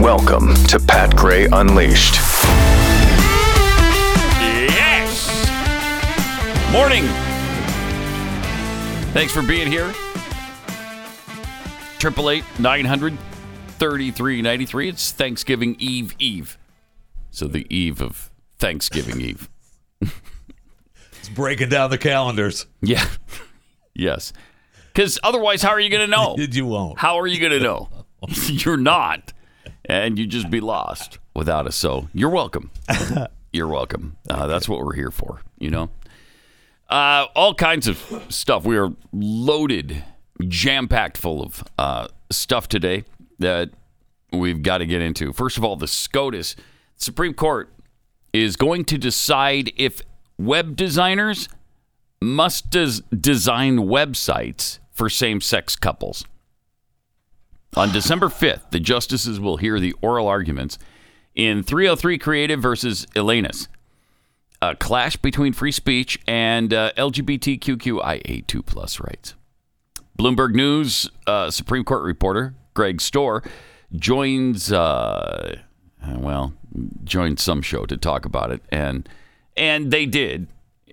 Welcome to Pat Gray Unleashed. Yes! Morning! Thanks for being here. 888 900 3393. It's Thanksgiving Eve Eve. So the eve of Thanksgiving Eve. breaking down the calendars. Yeah. yes. Because otherwise, how are you going to know? You won't. How are you going to know? You're not. And you just be lost without us. So you're welcome. You're welcome. Uh, that's what we're here for, you know? Uh, all kinds of stuff. We are loaded, jam packed full of uh, stuff today that we've got to get into. First of all, the SCOTUS, Supreme Court is going to decide if web designers must des- design websites for same sex couples. On December 5th, the justices will hear the oral arguments in 303 Creative versus Elenas, a clash between free speech and uh, LGBTQIA2 plus rights. Bloomberg News uh, Supreme Court reporter Greg Storr joins, uh, uh, well, joined some show to talk about it, and and they did.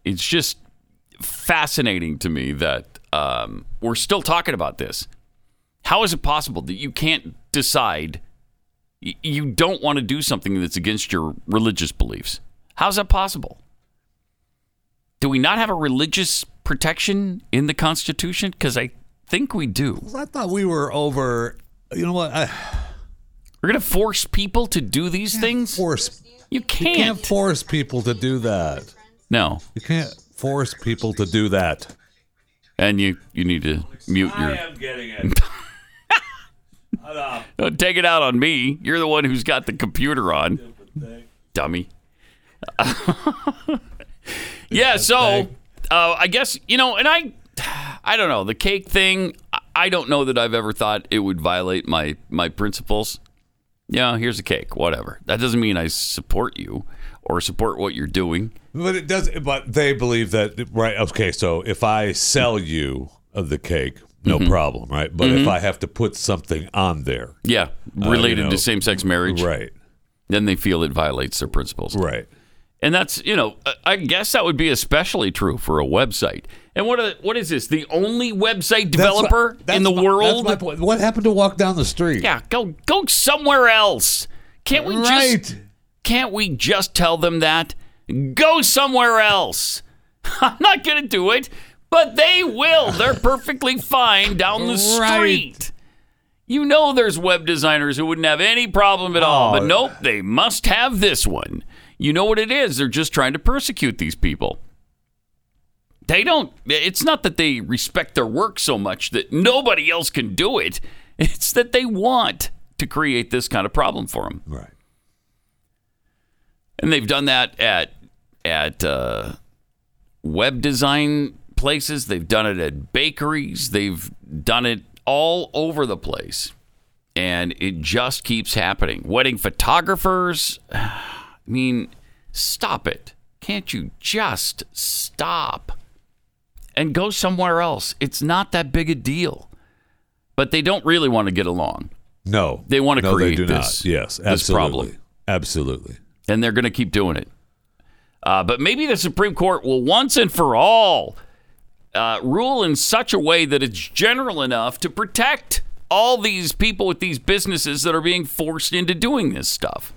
It's just fascinating to me that um, we're still talking about this. How is it possible that you can't decide y- you don't want to do something that's against your religious beliefs? How's that possible? Do we not have a religious protection in the Constitution? Because I think we do. I thought we were over. You know what? I We're going to force people to do these things? force. you You can't. can't force people to do that. no. You can't force people to do that. And you, you need to mute your. getting it. Don't take it out on me. You're the one who's got the computer on. Dummy. yeah, so uh, I guess, you know, and I I don't know, the cake thing, I- I don't know that I've ever thought it would violate my my principles. Yeah, here's a cake, whatever. That doesn't mean I support you or support what you're doing. But it does. But they believe that right. Okay, so if I sell you of the cake, no problem, right? But if I have to put something on there, Yeah, related Uh, know, to same-sex marriage, right, then they feel it violates their principles. right. And that's, you know, I- I guess that would be especially true for a website. And what are, what is this? The only website That's my- developer that's in the my- world? That's my point. What happened to walk down the street? yeah, go go somewhere else. Can't we right. just can't we just tell them that? Go somewhere else. I'm not going to do it, but they will. They're perfectly fine down the street. Right. You know there's web designers who wouldn't have any problem at all, but nope, they must have this one. You know what it is? They're just trying to persecute these people. They don't it's not that they respect their work so much that nobody else can do it. It's that they want to create this kind of problem for them right. and they've done that at at uh, web design places. They've done it at bakeries. They've done it all over the place, and it just keeps happening. Wedding photographers. I mean, stop it! Can't you just stop and go somewhere else? It's not that big a deal. But they don't really want to get along, No, They wanna no, create they do this- Not. Yes, absolutely. this problem. Absolutely. and they're going to keep doing it. Uh, but maybe the Supreme Court will once and for all uh, rule in such a way that it's general enough to protect all these people with these businesses that are being forced into doing this stuff.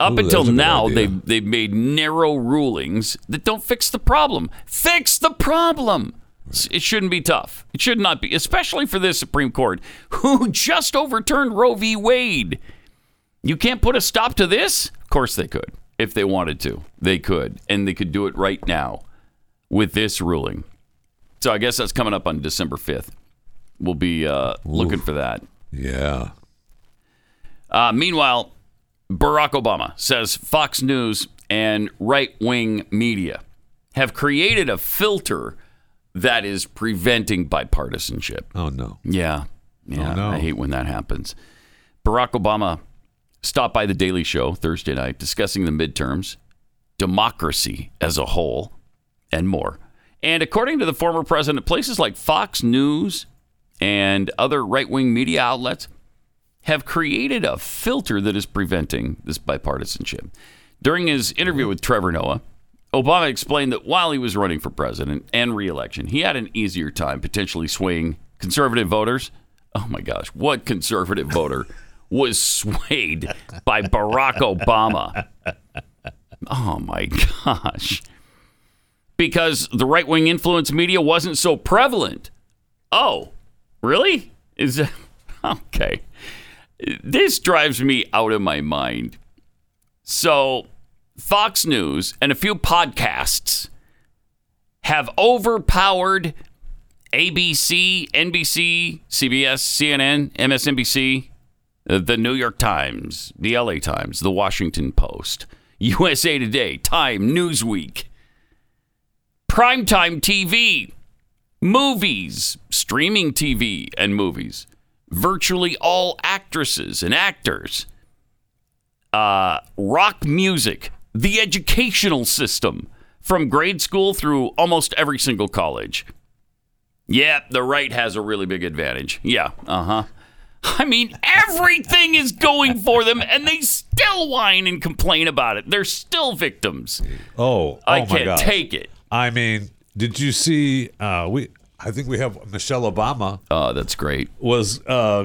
Up Ooh, that's until a good now, idea. they've, they've made narrow rulings that don't fix the problem. Fix the problem. S- It shouldn't be tough. It should not be, especially for this Supreme Court, who just overturned Roe v. Wade. You can't put a stop to this? Of course they could. If they wanted to, they could. And they could do it right now with this ruling. So I guess that's coming up on December 5th. We'll be uh, looking for that. Yeah. Uh, meanwhile, Barack Obama says Fox News and right wing media have created a filter that is preventing bipartisanship. Oh no. Yeah. Yeah. no. I hate when that happens. Barack Obama stopped by The Daily Show Thursday night discussing the midterms, democracy as a whole, and more. And according to the former president, places like Fox News and other right wing media outlets have created a filter that is preventing this bipartisanship. During his interview with Trevor Noah, Obama explained that while he was running for president and reelection, he had an easier time potentially swaying conservative voters. Oh my gosh, what conservative voter was swayed by Barack Obama? Oh my gosh. Because the right wing influence media wasn't so prevalent. Oh, really? Is that okay? This drives me out of my mind. So, Fox News and a few podcasts have overpowered ABC, NBC, CBS, CNN, MSNBC, uh, the New York Times, the LA Times, the Washington Post, USA Today, Time, Newsweek, primetime TV, movies, streaming TV and movies, virtually all actresses and actors, uh, rock music, the educational system from grade school through almost every single college. Yeah, the right has a really big advantage. Yeah, uh huh. I mean, everything is going for them, and they still whine and complain about it. They're still victims. Oh, oh I my can't gosh. take it. I mean, did you see? Uh, we I think we have Michelle Obama Oh, that's great. was uh,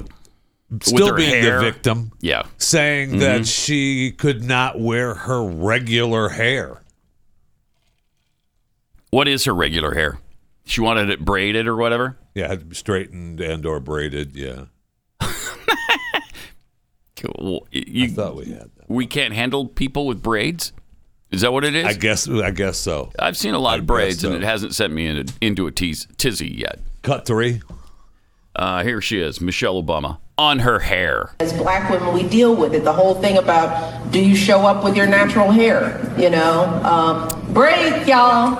still her being hair. Mm-hmm. the victim, Yeah. saying that she could not wear her regular hair. What is her regular hair? She wanted it braided or whatever. Yeah, had to be straightened and or braided. Yeah, Cool. I You, thought we had that. we can't handle people with braids. Is that what it is? I guess I guess so. I, have seen a lot I of braids, guess so. and it hasn't sent me in into a tease, tizzy yet. Cut three. Uh, here she is, Michelle Obama, on her hair. As black women, we deal with it. The whole thing about do you show up with your natural hair? You know, um, break, y'all.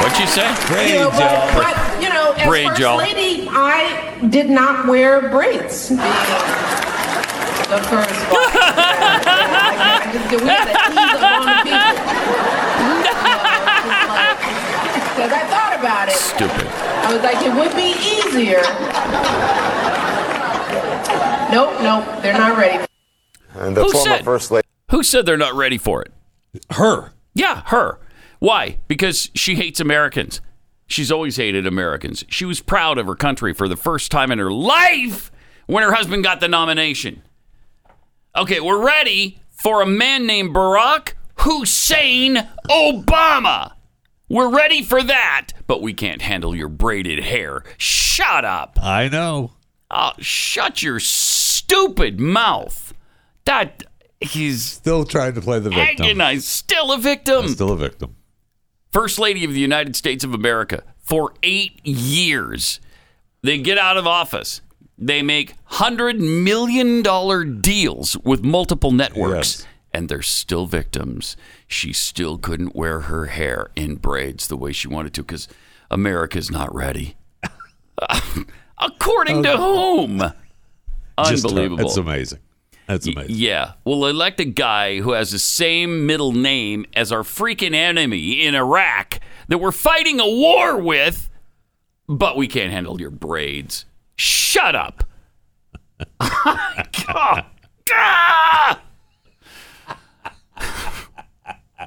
What'd she say? You know, but, but, you know, as Braid, first y'all. lady, I did not wear braids. being The first black woman. I just did. We had to ease up on the people. Because I thought about it. Stupid. I was like, it would be easier. Nope, nope, they're not ready. And the Who former said- First Lady. Who said they're not ready for it? Her. Yeah, her. Why? Because she hates Americans. She's always hated Americans. She was proud of her country for the first time in her life when her husband got the nomination. Okay, we're ready for a man named Barack Hussein Obama. We're ready for that, but we can't handle your braided hair. Shut up. I know. Uh, shut your stupid mouth. That he's Still trying to play the victim. agonized. Still a victim. Still a victim. First Lady of the United States of America for eight years. They get out of office. They make $100 million deals with multiple networks, Yes. and they're still victims. She still couldn't wear her hair in braids the way she wanted to because America's not ready. According to whom? Just Oh. her. Unbelievable. It's amazing. That's amazing. Yeah. We'll elect a guy who has the same middle name as our freaking enemy in Iraq that we're fighting a war with, but we can't handle your braids. Shut up. Oh, God. Ah! I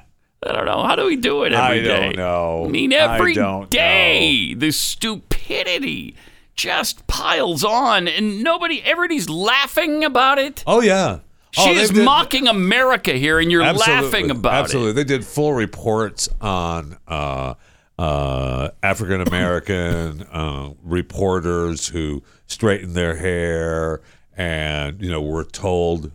don't know. How do we do it I every day? don't know. I mean, I every day don't the stupidity just piles on, and nobody, everybody's laughing about it. Oh yeah. She oh, they is did- mocking America here, and you're laughing about absolutely. They did full reports on uh, uh, African American uh, reporters who straightened their hair and you know were told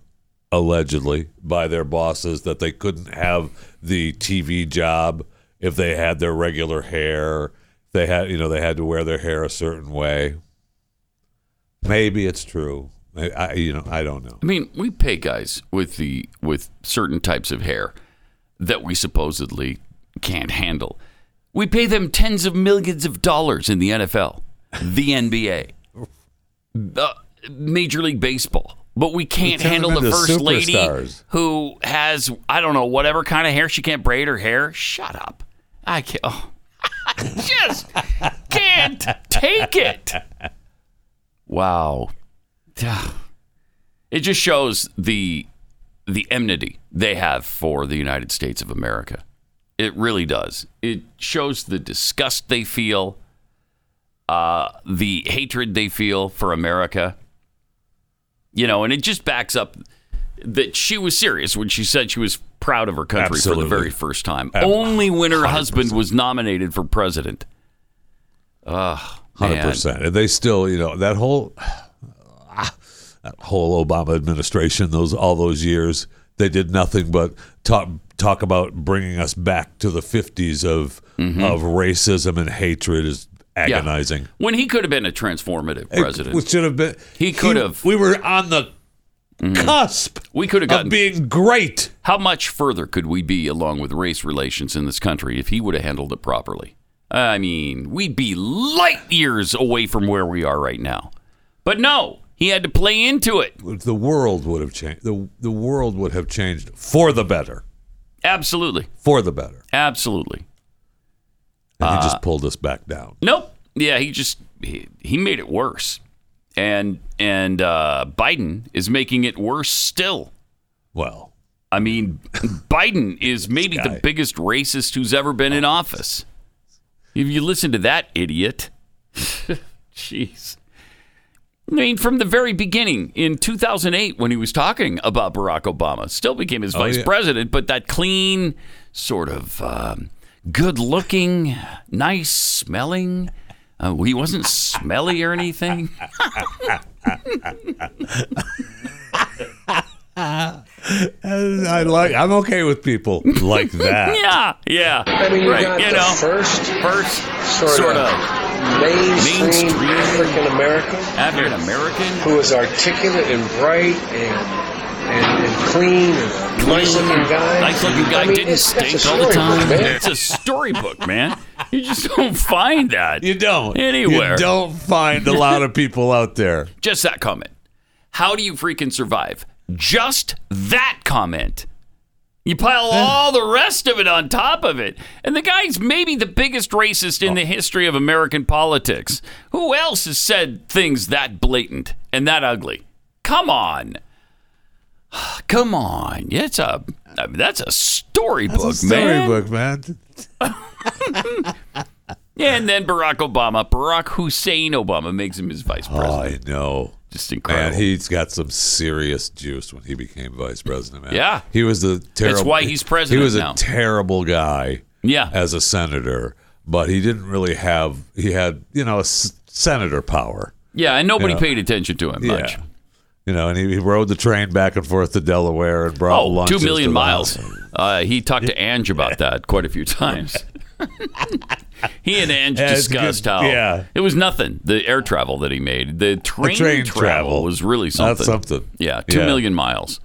allegedly by their bosses that they couldn't have the TV job if they had their regular hair. They had you know they had to wear their hair a certain way. Maybe it's true. I, I you know I don't know. it. I mean, we pay guys with the with certain types of hair that we supposedly can't handle. We pay them tens of millions of dollars in the NFL, the NBA, the Major League Baseball, but we can't turn handle them the into first lady superstars. who has I don't know whatever kind of hair she can't braid her hair. Shut up! I can't. Oh, I just can't take it. Wow. It just shows the the enmity they have for the United States of America. It really does. It shows the disgust they feel, uh, the hatred they feel for America. You know, and it just backs up that she was serious when she said she was proud of her country for Absolutely. the very first time. Only when her husband was nominated for president. hundred Man. percent. And they still, you know, that whole ah, that whole Obama administration, those all those years, they did nothing but talk talk about bringing us back to the fifties of of racism and hatred is Mm-hmm. Yeah. agonizing. When he could have been a transformative It- president. which should have been He could have. We were on the cusp we could have gotten of being great. How much further could we be along with race relations in this country if he would have handled it properly? I mean, we'd be light years away from where we are right now. But no, he had to play into it. The world would have changed. The the world would have changed for the better. Absolutely. For the better. Absolutely. And he Uh, just pulled us back down. Nope. Yeah, he just he, he made it worse. And and uh, Biden is making it worse still. Well, I mean, Biden is maybe the guy. Oh. biggest racist who's ever been in office. If you listen to that idiot, jeez. I mean, from the very beginning in 2008, when he was talking about Barack Obama, still became his vice Oh, yeah. president, but that clean, sort of um, good looking, nice smelling. Uh, he wasn't smelly or anything. I like. I'm okay with people like that. Yeah, yeah. I mean, you right, got you the know, first first sort, sort of, of mainstream, mainstream- African American African American. who is articulate and bright and and, and clean and a nice looking guy. Nice looking guy. I mean, Didn't it's- that's a stink all the storybook, time. man. It's a storybook, man. You just don't find that. You don't Anywhere. You don't find a lot of people out there. Just that comment. How do you freaking survive? Just that comment. You pile all the rest of it on top of it. And the guy's maybe the biggest racist Oh. in the history of American politics. Who else has said things that blatant and that ugly? Come on. Come on. It's a, I mean, that's a storybook, It's a man. storybook, man. And then Barack Obama, Barack Hussein Obama, makes him his vice president. Oh, I know. Just incredible. Man, he's got some serious juice when he became vice president. Man. Yeah. he was the terrible. why he's president He was now. a terrible guy. Yeah. as a senator, but he didn't really have. He had you know s- senator power. yeah, and nobody Yeah. paid attention to him much. Yeah. You know, and he, he rode the train back and forth to Delaware and brought Oh, lunches two million to the miles. house. Uh, he talked to Ange about that quite a few times. he and Ange Yeah, it's discussed good. how Yeah. it was nothing. The air travel that he made, the train, train travel, travel. was really something. That's something. Yeah, two million Yeah. miles,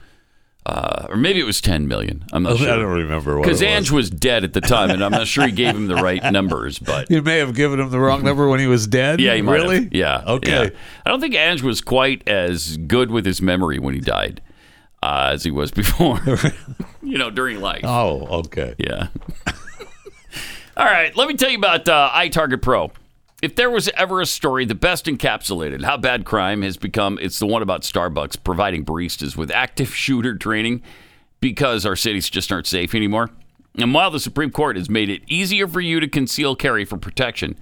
uh, or maybe it was ten million. I'm not Oh, I don't sure remember what. because it was. Ange was dead at the time, and I'm not sure he gave him the right numbers, but. You may have given him the wrong number when he was dead. Yeah, he might have. really. Yeah. Okay. yeah. I don't think Ange was quite as good with his memory when he died uh, as he was before. you know, during life. Oh, okay. Yeah. All right. Let me tell you about uh, iTarget Pro. If there was ever a story the best encapsulated how bad crime has become, it's the one about Starbucks providing baristas with active shooter training because our cities just aren't safe anymore. And while the Supreme Court has made it easier for you to conceal carry for protection,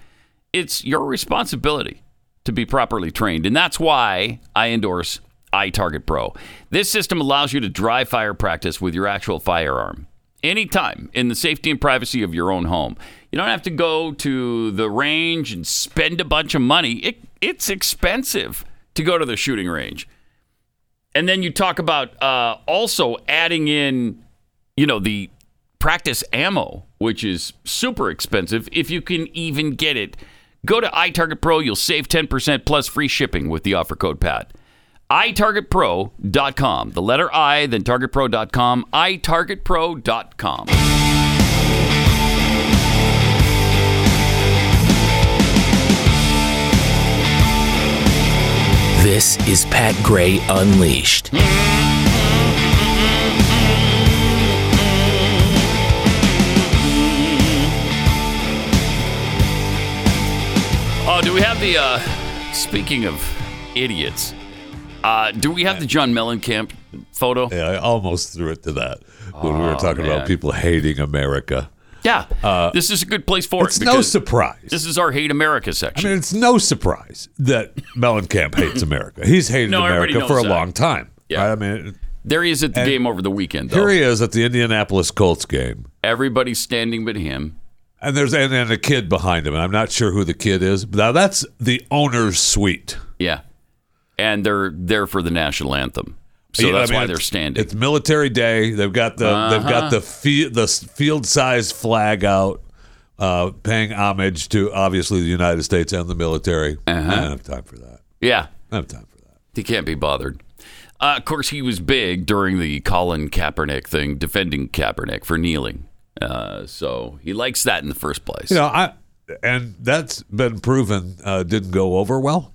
it's your responsibility to be properly trained. And that's why I endorse iTarget Pro. This system allows you to dry fire practice with your actual firearm anytime in the safety and privacy of your own home. You don't have to go to the range and spend a bunch of money. It, it's expensive to go to the shooting range. And then you talk about uh, also adding in, you know, the practice ammo, which is super expensive if you can even get it. Go to iTarget Pro, you'll save 10% plus free shipping with the offer code PAT. iTargetPro.com. The letter I, then TargetPro.com. iTargetPro.com. This is Pat Gray Unleashed. Oh, do we have the, uh, speaking of idiots, Uh, do we have the John Mellencamp photo? Yeah, I almost threw it to that when we were talking Oh, man. about people hating America. Yeah. this is a good place for Uh, It's it. no because surprise. This is our Hate America I section. mean, it's no surprise that Mellencamp hates America. He's hated No, everybody America for a knows that. long time. Yeah. right? I mean, there he is at the game over the weekend, though. here he is at the Indianapolis Colts game, Everybody's standing but him. and there's and, and a kid behind him, and I'm not sure who the kid is. Now that's the owner's suite. Yeah. And they're there for the national anthem. So Yeah, I that's mean, why it's- they're standing. Uh-huh. It's military day. They've got the they've got the fi- the field sized flag out, uh, paying homage to obviously the United States and the military. Uh-huh. I don't have time for that. yeah. I don't have time for that. He can't be bothered. Uh, of course, he was big during the Colin Kaepernick thing, defending Kaepernick for kneeling. Uh, so he likes that in the first place. You know, I and that's been proven uh, didn't go over well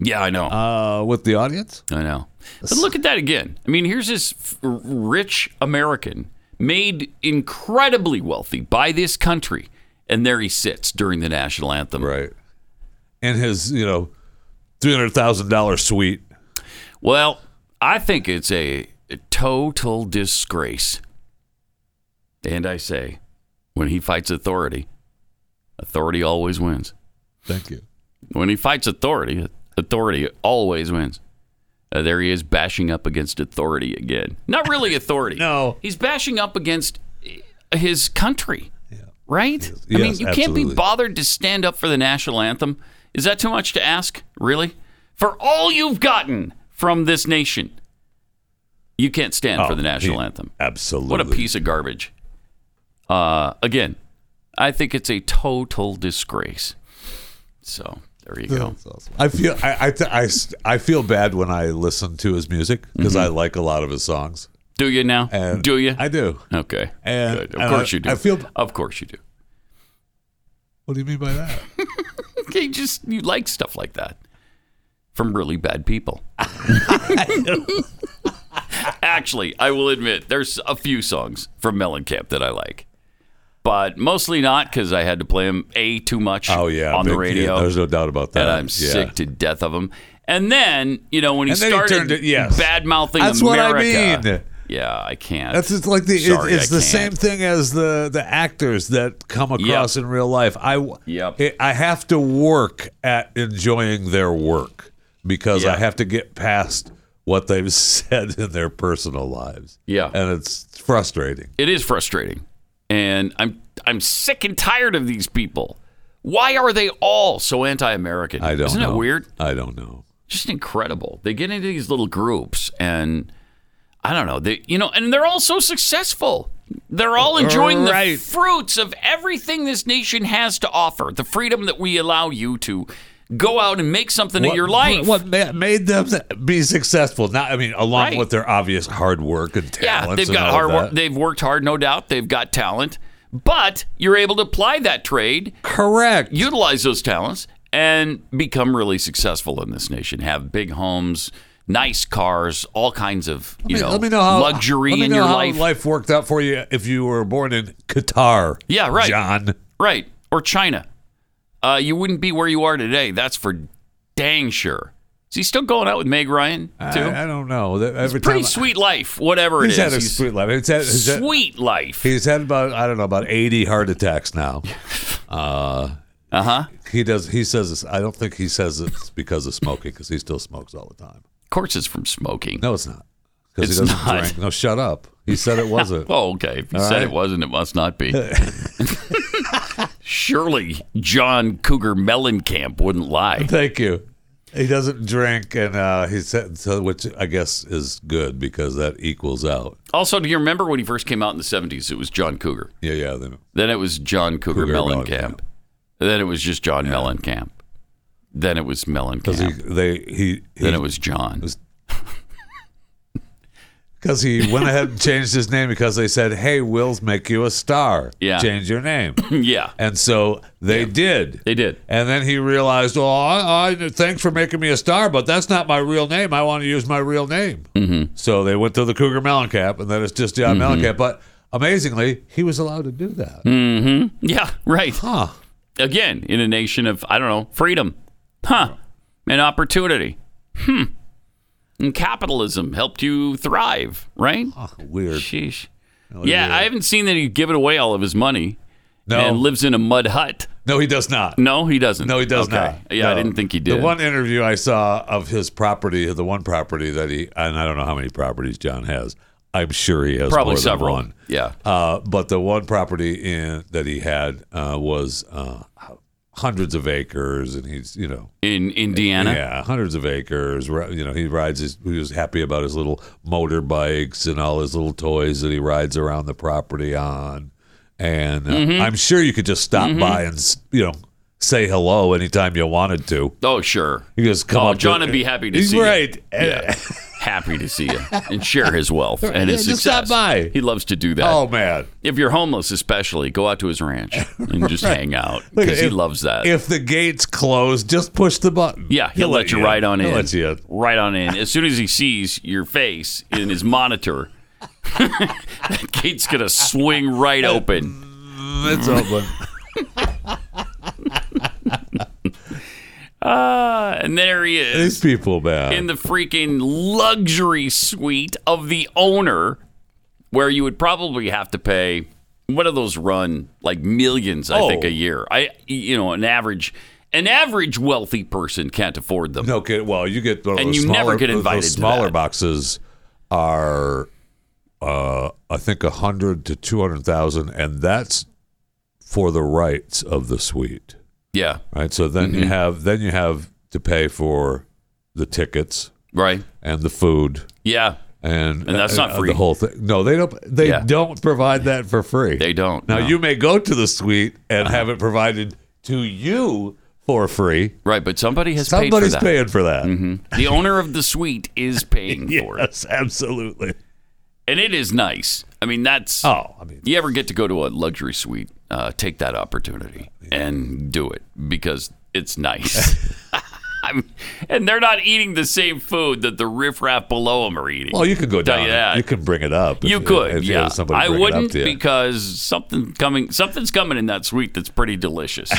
yeah, I know. uh, with the audience. I know. But look at that again. I mean, here's this f- rich American made incredibly wealthy by this country, and there he sits during the national anthem. Right. And his, you know, three hundred thousand dollar suite. Well, I think it's a total disgrace. And I say, when he fights authority, authority always wins. Thank you. When he fights authority, authority always wins. Uh, there he is bashing up against authority again. Not really authority. No. He's bashing up against uh, his country. Right? I Yes, mean, you can't be absolutely. bothered to stand up for the national anthem. Is that too much to ask? Really? For all you've gotten from this nation, you can't stand for Oh, the national he- anthem. Absolutely. What a piece of garbage. Uh, again, I think it's a total disgrace. So there you go. I feel I I, th- I, s- I feel bad when I listen to his music because I like a lot of his songs. Do you now? And Mm-hmm. do you? I do. okay. And- Good. Of and course I- you do. I feel- Of course you do. What do you mean by that? Okay, you just you like stuff like that from really bad people. Actually, I will admit there's a few songs from Mellencamp that I like. But mostly not because I had to play them a too much. oh yeah, on the big- radio. yeah, there's no doubt about that. and I'm Yeah. sick to death of him. And then you know when he And then he started turned it- yes. bad mouthing That's what I America. mean. Yeah, I can't. That's just like the it- Sorry, it's I the can't. same thing as the the actors that come across in real life. I w- Yep. it- I have to work at enjoying their work because Yeah. I have to get past what they've said in their personal lives. Yeah. and it's frustrating. It is frustrating, and I'm I'm sick and tired of these people. Why are they all so anti-American? I don't. Isn't know. it weird? I don't know. Just incredible. They get into these little groups, and I don't know. They you know, and they're all so successful. They're all enjoying the Right. fruits of everything this nation has to offer. The freedom that we allow you to go out and make something of your life. What ma- made them be successful? Not, I mean, along Right. with their obvious hard work and talents. Yeah, they've and got all hard work. that. They've worked hard, no doubt. They've got talent, but you're able to apply that trade, Correct. utilize those talents, and become really successful in this nation. Have big homes, nice cars, all kinds of you Let me- know, let me know how luxury let me in know your how life. life worked out for you if you were born in Qatar. Yeah, right. John. Right. Or China. Uh, you wouldn't be where you are today. That's for dang sure. Is he still going out with Meg Ryan too? I, I don't know. That- Every Pretty time sweet life, whatever He's it had is. a He's- sweet life. He's had, he's had- sweet life. he's had about I don't know about eighty heart attacks now. Uh Uh-huh. He does. He says. This, I don't think he says it's because of smoking because he still smokes all the time. Of course, it's from smoking. No, it's not because he It's doesn't not. drink. No, shut up. He said it wasn't. Oh, okay. If you said right. it wasn't, it must not be. Surely John Cougar Mellencamp wouldn't lie. Thank you. He doesn't drink, and uh, he said, so, which I guess is good because that equals out. Also, do you remember when he first came out in the 70s? It was John Cougar. Yeah, yeah. then- Then it was John Cougar, Cougar Mellencamp. Mellencamp. Then it was just John Mellencamp. Then it was Mellencamp. Because he, they, he, then it was John. because he went ahead and changed his name because they said, "Hey, Will's make you a star. Yeah. change your name." Mm, yeah, and so they did. they did. And then he realized, "Oh, I, I, thanks for making me a star, but that's not my real name. I want to use my real name." Mm-hmm. So they went to the Cougar Mellencamp, and then it's just John Mm-hmm. Mellencamp. But amazingly, he was allowed to do that. Hmm. Mm-hmm. Ah, Yeah, right. Huh. Again, in a nation of I don't know freedom, huh? And opportunity, hmm. and capitalism helped you thrive, right? Weird. Sheesh. yeah, I haven't seen that he give it away all of his money and Oh, No, lives in a mud hut. no, he does not. No, he doesn't. No, he does Okay. not. Yeah, I No. didn't think he did. The one interview I saw of his property, the one property that he, and I don't know how many properties John has. I'm sure he has Probably more than several. one. Yeah. Uh, but the one property in, that he had uh, was uh, hundreds of acres, and he's you know in Indiana. yeah, hundreds of acres. ri- You know, he rides his. He was happy about his little motorbikes and all his little toys that he rides around the property on. And uh, Mm-hmm. I'm sure you could just stop by and s- you know say hello anytime you wanted to. Oh, sure. He goes, "Come oh, up to- John would be happy to He's see you. right. Eh, Yeah. happy to see you and share his wealth and his Yeah, just success. stop by. He loves to do that. Oh man, If you're homeless, especially, go out to his ranch and just hang out Look, because he if- loves that. If the gates close, just push the button. yeah, he'll, let, you right on he'll in. let you in. Right on in. As soon as he sees your face in his monitor, that gate's going to swing right open. It's open. Uh, and there he is. These people, man. in the freaking luxury suite of the owner, where you would probably have to pay what do those run like millions? I think Oh. a year. I you know an average an average wealthy person can't afford them. No, kid. Well, you get one of And those you smaller, never get those- those invited to smaller that. boxes are, uh, I think, a hundred to two hundred thousand, and that's for the rights of the suite, Yeah, right? So then Mm-hmm. you have then you have to pay for the tickets right. and the food Yeah, and And that's not uh, free. The whole thing. No, they don't. They Yeah. don't provide that for free. they don't. Now no. Uh-huh. you may go to the suite and have it provided to you for free. right, but somebody has Somebody's paid for that. Mm-hmm. paying for that. The owner of the suite is paying for it, Yes, absolutely. and it is nice. I mean, that's Oh, I mean, you ever get to go to a luxury suite, uh, take that opportunity and do it because it's nice. I'm, and they're not eating the same food that the riffraff below them are eating. well, you could go Tell down. you and- that. You can bring it up. You if- could, if, yeah. if somebody I bring it up wouldn't to you. because something coming, something's coming in that suite that's pretty delicious. Oh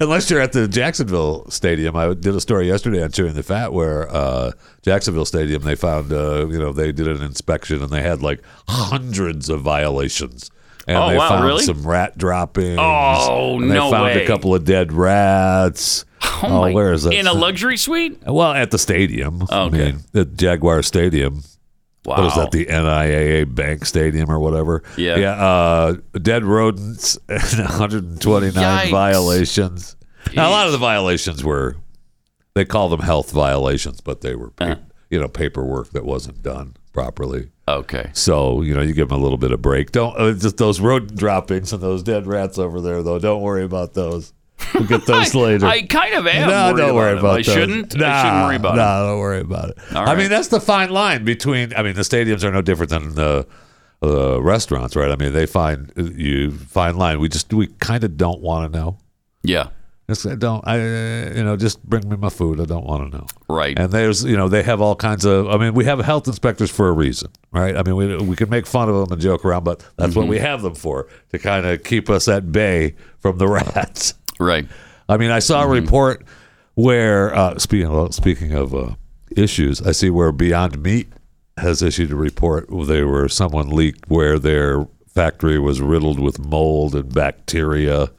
unless you're at the Jacksonville Stadium. I did a story yesterday on chewing the fat where uh, Jacksonville Stadium they found uh, you know they did an inspection and they had like hundreds of violations. And Oh, they wow, found really? some rat droppings. Oh, and they no found way. a couple of dead rats. Oh, my- where is that? in a luxury suite? well, at the stadium. Okay. I mean, the Jaguar Stadium. Wow. what is that the NIAA Bank Stadium or whatever? Yeah. yeah. Uh, dead rodents and 129 Yikes. violations. Now, a lot of the violations were they call them health violations, but they were Uh-huh. pa- you know paperwork that wasn't done properly. okay. So you know you give them a little bit of break. Don't uh, just those rodent droppings and those dead rats over there though. Don't worry about those. We'll get those later. I kind of am. No, worried don't worry about, about it. those. I shouldn't. Nah, I shouldn't worry about no, it. don't worry about it. All I right. mean, that's the fine line between. I mean, the stadiums are no different than the uh, restaurants, right? I mean, they find you fine line. We just we kind of don't want to know. Yeah. It's, I don't I? uh, You know, just bring me my food. I don't want to know. Right. And there's, you know, they have all kinds of. I mean, we have health inspectors for a reason, right? I mean, we we can make fun of them and joke around, but that's Mm-hmm. what we have them for to kind of keep us at bay from the rats. Right. I mean, I saw a report where uh, speaking well, speaking of uh, issues, I see where Beyond Meat has issued a report. They were someone leaked where their factory was riddled with mold and bacteria.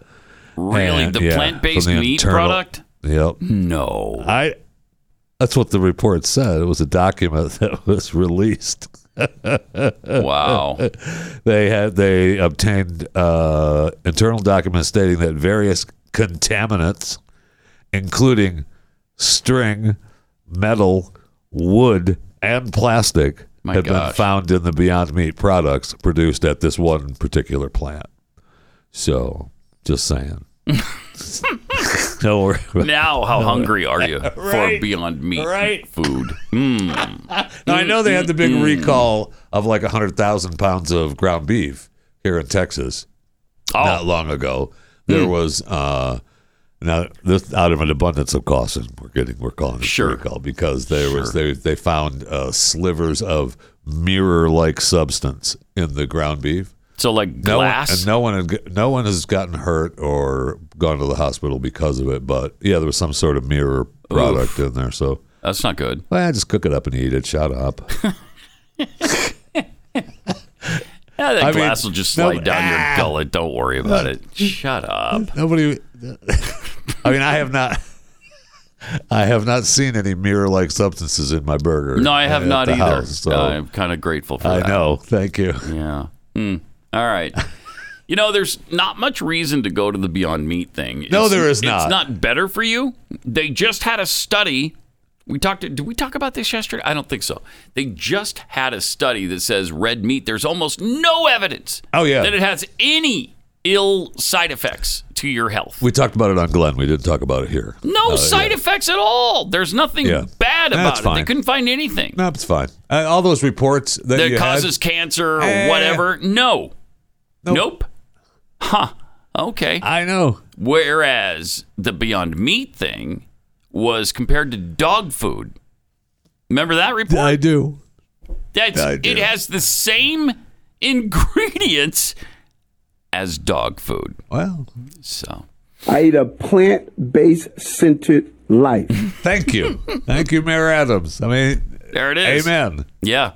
Really, and- the yeah, from plant-based the meat internal- product? Yep. Mm-hmm. No. I. That's what the report said. It was a document that was released. Wow. They had they obtained uh, internal documents stating that various contaminants, including string, metal, wood, and plastic, My have been gosh. found in the Beyond Meat products produced at this one particular plant. So, just saying. Don't worry about Now, how hungry are you for Beyond Meat Right. food? Now, Mm, I know they had the big recall of like 100,000 pounds of ground beef here in Texas Oh. not long ago. Mm. There was, uh, now this out of an abundance of caution, we're getting, we're calling it Sure. recall because there was, they, they found uh, slivers of mirror like substance in the ground beef. So like No one- glass. and no one, had- no one has gotten hurt or gone to the hospital because of it. But yeah, there was some sort of mirror product in there. So That's not good. well, just cook it up and eat it. Shut up. Yeah, that I mean, glass will just no- slide down your Ah. gullet. Don't worry about it. Shut up. Nobody. I mean, I have not. I have not seen any mirror-like substances in my burger. No, I have at not the either. house, so I'm kind of grateful for I that. know. Thank you. Yeah. Hmm. All right. You know, there's not much reason to go to the Beyond Meat thing. No, It's- there is not. It's not better for you. They just had a study. We talked. Did we talk about this yesterday? I don't think so. They just had a study that says red meat. There's almost no evidence. Oh, yeah. That it has any ill side effects to your health. We talked about it on Glenn. We didn't talk about it here. no Uh, side effects at all. There's nothing Yeah. bad about That's it. They fine. couldn't find anything No, it's fine. Uh, all those reports that, that you had- causes cancer or Eh. whatever. No. Nope. Nope. Huh. Okay. I know. Whereas the Beyond Meat thing was compared to dog food. Remember that report? I do. That's I do. it has the same ingredients as dog food. Well, So I eat a plant based centered life. thank you, thank you, Mayor Adams. I mean, there it is. amen. Yeah.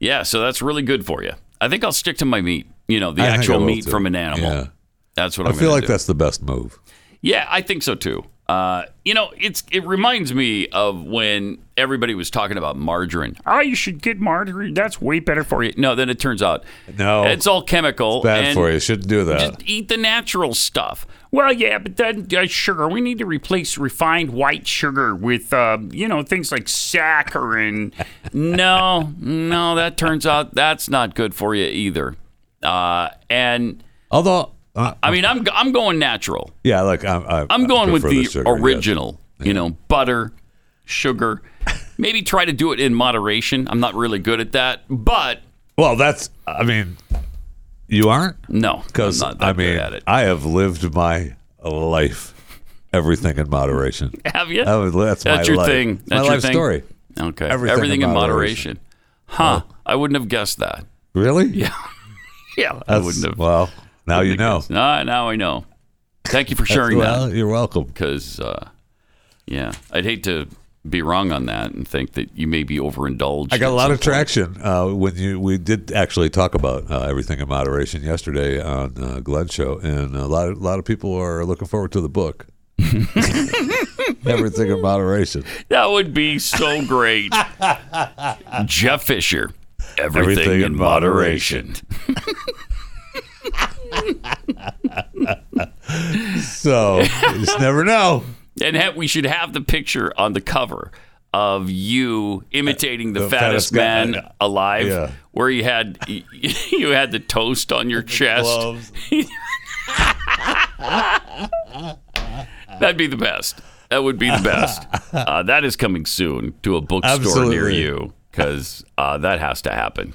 Yeah, so that's really good for you. I think I'll stick to my meat, you know, the I think I actual will meat too. from an animal. Yeah. That's what I I'm feel gonna like do. that's the best move. Yeah, I think so too. Uh, you know, it's it reminds me of when everybody was talking about margarine. Oh, you should get margarine. That's way better for you. No, then it turns out No. it's all chemical. Oh, Bad and for you. Shouldn't do that. Just eat the natural stuff. Well, yeah, but then uh, sugar. We need to replace refined white sugar with, uh, you know, things like saccharin. no, no, that turns out that's not good for you either. Uh, and Although, uh, I mean, I'm I'm going natural. yeah, like I'm. I, I'm I going with prefer the, sugar, yes. original, you know, butter, sugar. Maybe try to do it in moderation. I'm not really good at that, but Well, that's. I mean, you aren't. no, Because I'm not that I mean, good at it. I have lived my life, everything in moderation. Have you? That was- that's my your life. thing. It's my That's your life thing. story. Okay, everything, Everything in in moderation. moderation. Huh? I wouldn't have guessed that. Really? Yeah, Yeah, I that's, wouldn't have. Well, now you know. Ah, now I know. Thank you for sharing Well, that you're welcome. because, uh, yeah, I'd hate to be wrong on that and think that you may be overindulged. I got at a lot some of traction uh, when you we did actually talk about uh, everything in moderation yesterday on uh, Glenn show, and a lot of, a lot of people are looking forward to the book. everything in moderation. That would be so great. Jeff Fisher. Everything, Everything in in moderation. So you just never know. And ha- we should have the picture on the cover of you imitating the, The fattest, fattest guy. man alive, Yeah. where you had you had the toast on your chest. Gloves. That'd be the best. That would be the best. Uh, that is coming soon to a bookstore near Absolutely. you because uh, that has to happen.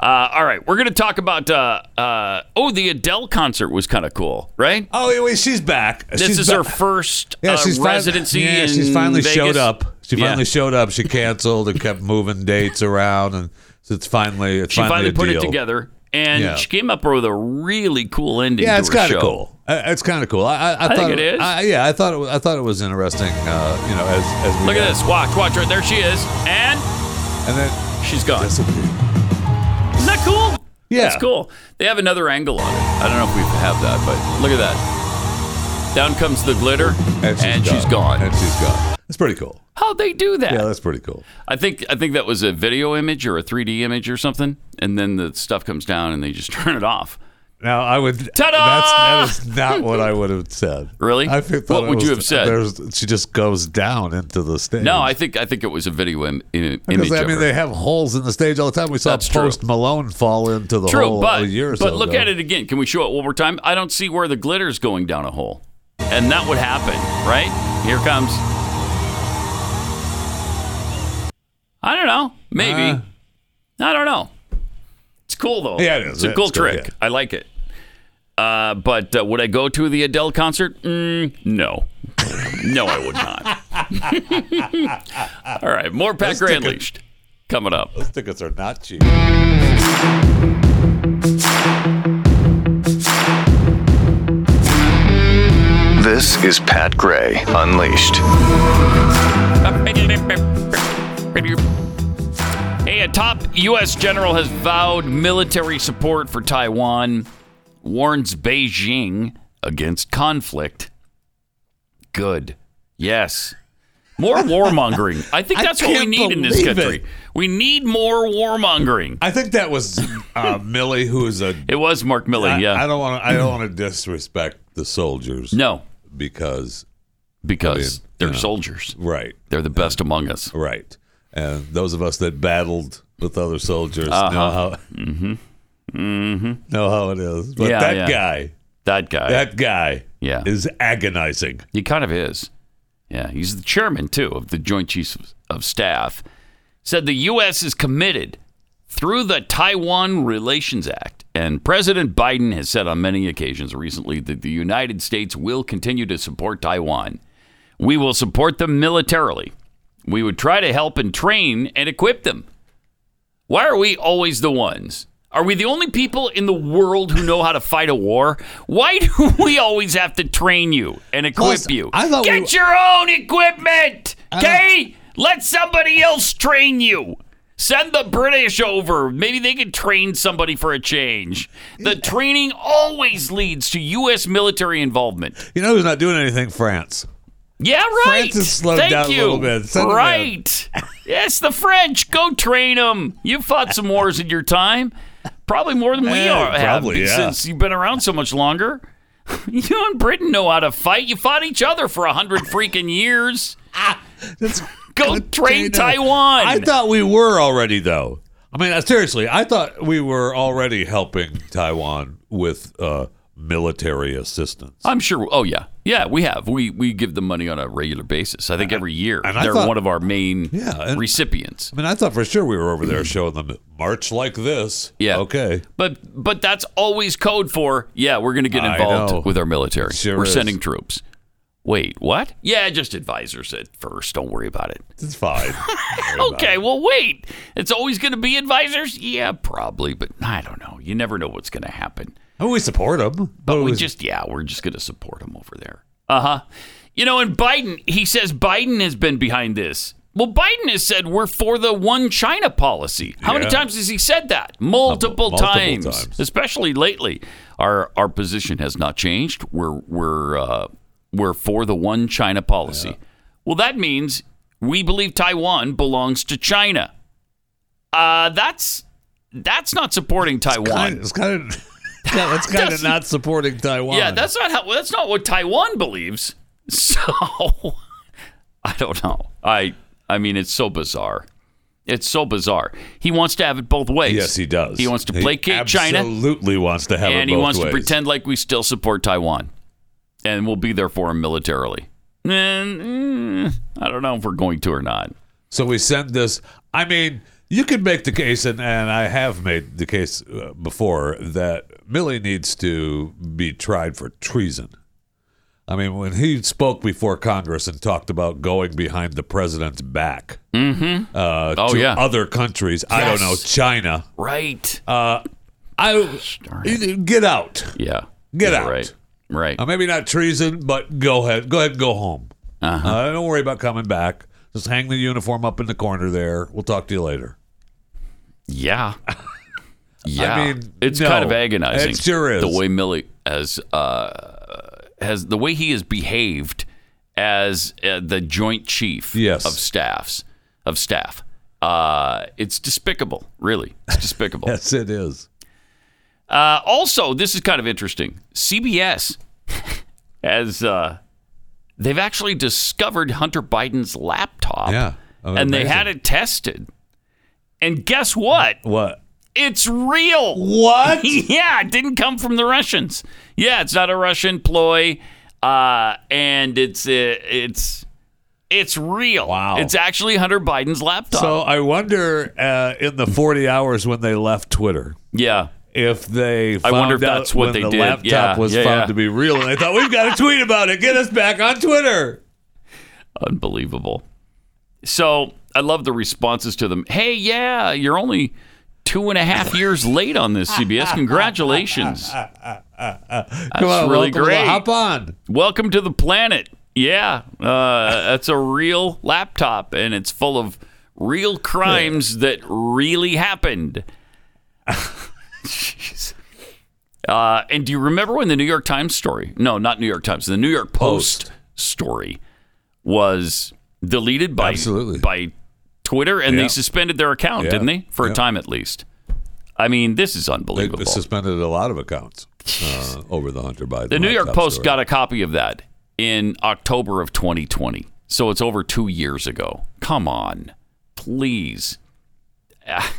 Uh, all right, we're going to talk about. Uh, uh, oh, the Adele concert was kind of cool, right? Oh, wait, wait, she's back. This is her first uh, fin- residency. yeah, in she's finally Vegas. showed up. She Yeah. finally showed up. She canceled and kept moving dates around, and so it's finally it's She finally a put it deal. together, and Yeah. she came up with a really cool ending. Yeah, to it's her kind show. of cool. Uh, It's kind of cool. I, I, I, think thought it is. I, yeah, I thought it was, I thought it was interesting. Uh, you know, as, as we Look got- at this. Watch, watch. Right there, she is, and and then she's gone. Isn't disappeared. that cool? Yeah, That's cool. They have another angle on it. I don't know if we have that, but look at that. Down comes the glitter, And she's, gone. she's gone. And she's gone. That's pretty cool. How'd they do that? Yeah, that's pretty cool. I think I think that was a video image or a 3D image or something, and then the stuff comes down and they just turn it off. Now I would. Ta-da! That's, that is not what I would have said. Really? I think What would you have said? there's- She just goes down into the stage. No, I think I think it was a video Im- Im- image. Because I of mean, her. they have holes in the stage all the time. We saw That's true. Post Malone fall into the True, hole but a year or so but look ago. at it again. Can we show it one more time? I don't see where the glitter's going down a hole, and that would happen, right? Here comes. I don't know. Maybe. Uh. I don't know. It's cool though. Yeah, it is. It's a It's cool cool, trick. yeah. I like it. Uh, but uh, would I go to the Adele concert? Mm, no. no, I would not. All right, more Pat Gray take a- Unleashed coming up. Those tickets are not cheap. This is Pat Gray Unleashed. Hey, a top U.S. general has vowed military support for Taiwan, warns Beijing against conflict. Good. Yes. More warmongering. I think I that's what we can't need in this believe country. it. We need more warmongering. I think that was uh, Millie, who is a. It was Mark Milley, I, yeah. I don't want to. I don't want to disrespect the soldiers. no, because because I mean, they're you know. soldiers. right, They're the best among us. right, and those of us that battled with other soldiers Uh-huh. know how. Mm-hmm. Mm-hmm. Know how it is. But Yeah, that yeah. guy, That guy. that guy, Yeah. is agonizing. He kind of is. Yeah, he's the chairman too of the Joint Chiefs of Staff. Said the U.S. is committed through the Taiwan Relations Act, and President Biden has said on many occasions recently that the United States will continue to support Taiwan. We will support them militarily. We would try to help and train and equip them. Why are we always the ones? Are we the only people in the world who know how to fight a war? Why do we always have to train you and equip Plus, you? I thought we Get were- your own equipment, don't- okay? Let somebody else train you. Send the British over. Maybe they could train somebody for a change. The training always leads to U.S. military involvement. You know who's not doing anything? France. Yeah, right. France has slowed Thank down a you. little bit. Send 'em in. right. yes, the French. Go train them. You fought some wars in your time, probably more than we Eh, are. have, probably, yeah. Since you've been around so much longer, you and Britain know how to fight. You fought each other for a hundred freaking years. That's- Go God train damn it. Taiwan. I thought we were already though. I mean, uh, seriously, I thought we were already helping Taiwan with uh, military assistance. I'm sure. Oh yeah, yeah. We have. We we give them money on a regular basis. I think every year Uh, and I they're thought- one of our main Yeah, and- recipients. I mean, I thought for sure we were over there showing them march like this. Yeah. Okay. But but that's always code for yeah, we're going to get I know. involved with our military. Sure we're is. sending troops. Wait, what? Yeah, just advisors at first. Don't worry about it. It's fine. Okay, well wait. It's always going to be advisors. Yeah, probably, but I don't know. You never know what's going to happen. Oh, we support them. But we just yeah, we're just going to support them over there. Uh huh. You know, and Biden, he says Biden has been behind this. Well, Biden has said we're for the one China policy. How many Yeah. times has he said that? Multiple, Multiple times, times. especially lately. Our our position has not changed. We're we're uh, we're for the one China policy. Well, that means we believe Taiwan belongs to China. Uh, that's that's not supporting Taiwan. It's kind of. Yeah, that's kind of Doesn't- not supporting Taiwan. Yeah, that's not how. That's not what Taiwan believes. So I don't know. I I mean, it's so bizarre. It's so bizarre. He wants to have it both ways. yes, he does. He wants to placate China, Absolutely wants to have it and he both wants to ways. pretend like we still support Taiwan, and we'll be there for him militarily. And mm, I don't know if we're going to or not. So we send this. I mean, you could make the case, and, and I have made the case uh, before, that Millie needs to be tried for treason. I mean, when he spoke before Congress and talked about going behind the president's back uh, Oh, to yeah. other countries, I don't know, China, Right? Uh, I get out. yeah. get Yeah, out. Right. Right. Uh, maybe not treason, but go ahead, go ahead, and go home. Uh, don't worry about coming back. Just hang the uniform up in the corner there. We'll talk to you later. Yeah. Yeah. mean, it's no. kind of agonizing. It sure is. The way Millie has uh has the way he has behaved as uh, the joint chief Yes. of staffs of staff. Uh it's despicable, really. It's despicable. Yes, it is. Uh, also, this is kind of interesting. CBS has uh, they've actually discovered Hunter Biden's laptop. Yeah. Oh, and they amazing. had it tested. And guess what? What? It's real. What? yeah, it didn't come from the Russians. Yeah, it's not a Russian ploy, uh, and it's uh, it's it's real. Wow. it's actually Hunter Biden's laptop. so I wonder, uh, in the 40 hours when they left Twitter, yeah, if they found wonder if out that's what when they the did. laptop Yeah, was yeah, found yeah. to be real, and they thought we've got to tweet about it. Get us back on Twitter. unbelievable. So I love the responses to them. Hey, yeah, you're only two and a half years late on this, CBS. Congratulations. Come on, really welcome to the great. Hop on. Welcome to the planet. Yeah, uh, that's a real laptop, and it's full of real crimes that really happened. Jeez. Uh, and do you remember when the New York Times story? No, not New York Times. The New York Post, story was deleted by Absolutely. by Twitter, and Yeah. they suspended their account, Yeah. didn't they? For Yeah. a time, at least. I mean, this is They unbelievable. suspended a lot of accounts uh, over the Hunter Biden. The New York laptop Post story. got a copy of that in October of 2020. So it's over two years ago. Come on, please. Ah,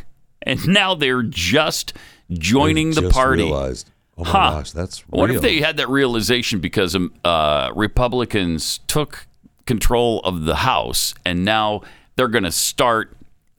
And now they're just joining They the just party. Realized, oh my Huh. gosh, that's real. What if they had that realization because um, uh, Republicans took control of the House and now they're going to start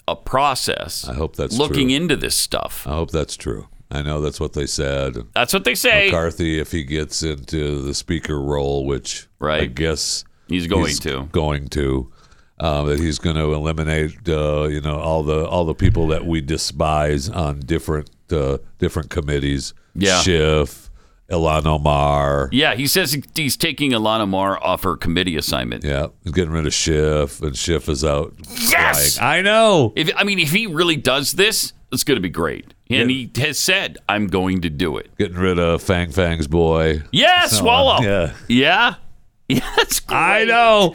a process I hope that's looking true. into this stuff? I hope that's true. I know that's what they said. And That's what they say. McCarthy, if he gets into the speaker role, which I Right. guess He's going to. going to, uh, that he's going to eliminate, uh, you know, all the all the people that we despise on different uh, different committees. Yeah. Schiff, Ilan Omar. Yeah, he says he's taking Alana Marr off her committee assignment. Yeah, he's getting rid of Schiff, and Schiff is out. Yes! flying. I know. If I mean, if he really does this, it's going to be great. And Yeah. he has said, "I'm going to do it." Getting rid of Fang Fang's boy. Yeah, swallow. yeah. yeah, yeah. That's great. I know.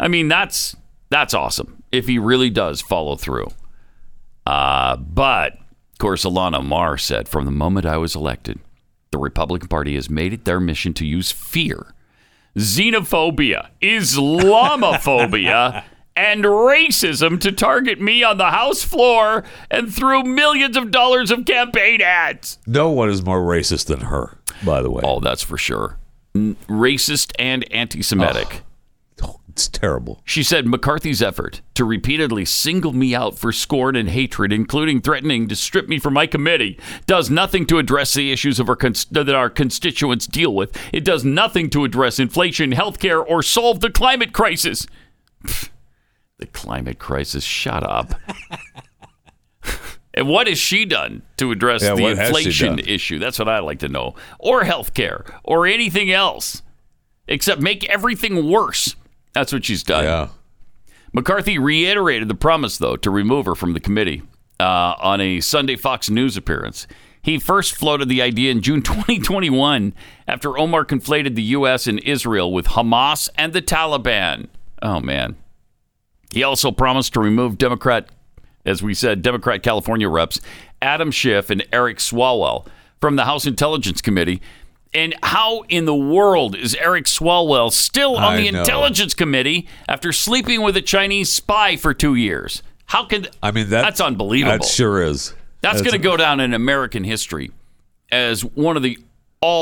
I mean, that's that's awesome. If he really does follow through, uh, but of course, Alana Marr said, "From the moment I was elected, the Republican Party has made it their mission to use fear, xenophobia, Islamophobia." And racism to target me on the House floor and through millions of dollars of campaign ads. No one is more racist than her, by the way. Oh, that's for sure. N- racist and anti Semitic. Oh, It's terrible. She said McCarthy's effort to repeatedly single me out for scorn and hatred, including threatening to strip me from my committee, does nothing to address the issues of our cons- that our constituents deal with. It does nothing to address inflation, health care, or solve the climate crisis. Pfft, the climate crisis, shut up. and what has she done to address Yeah, the what has she inflation done? issue? That's what I'd like to know. Or health care, or anything else, except make everything worse. That's what she's done. Yeah. McCarthy reiterated the promise, though, to remove her from the committee uh, on a Sunday Fox News appearance. He first floated the idea in June 2021 after Omar conflated the U.S. and Israel with Hamas and the Taliban. Oh, man. He also promised to remove Democrat, as we said, Democrat California reps Adam Schiff and Eric Swalwell from the House Intelligence Committee. And how in the world is Eric Swalwell still on I the know. Intelligence Committee after sleeping with a Chinese spy for two years? How can I mean, that, That's unbelievable. That sure is. that's going to go down in American history as one of the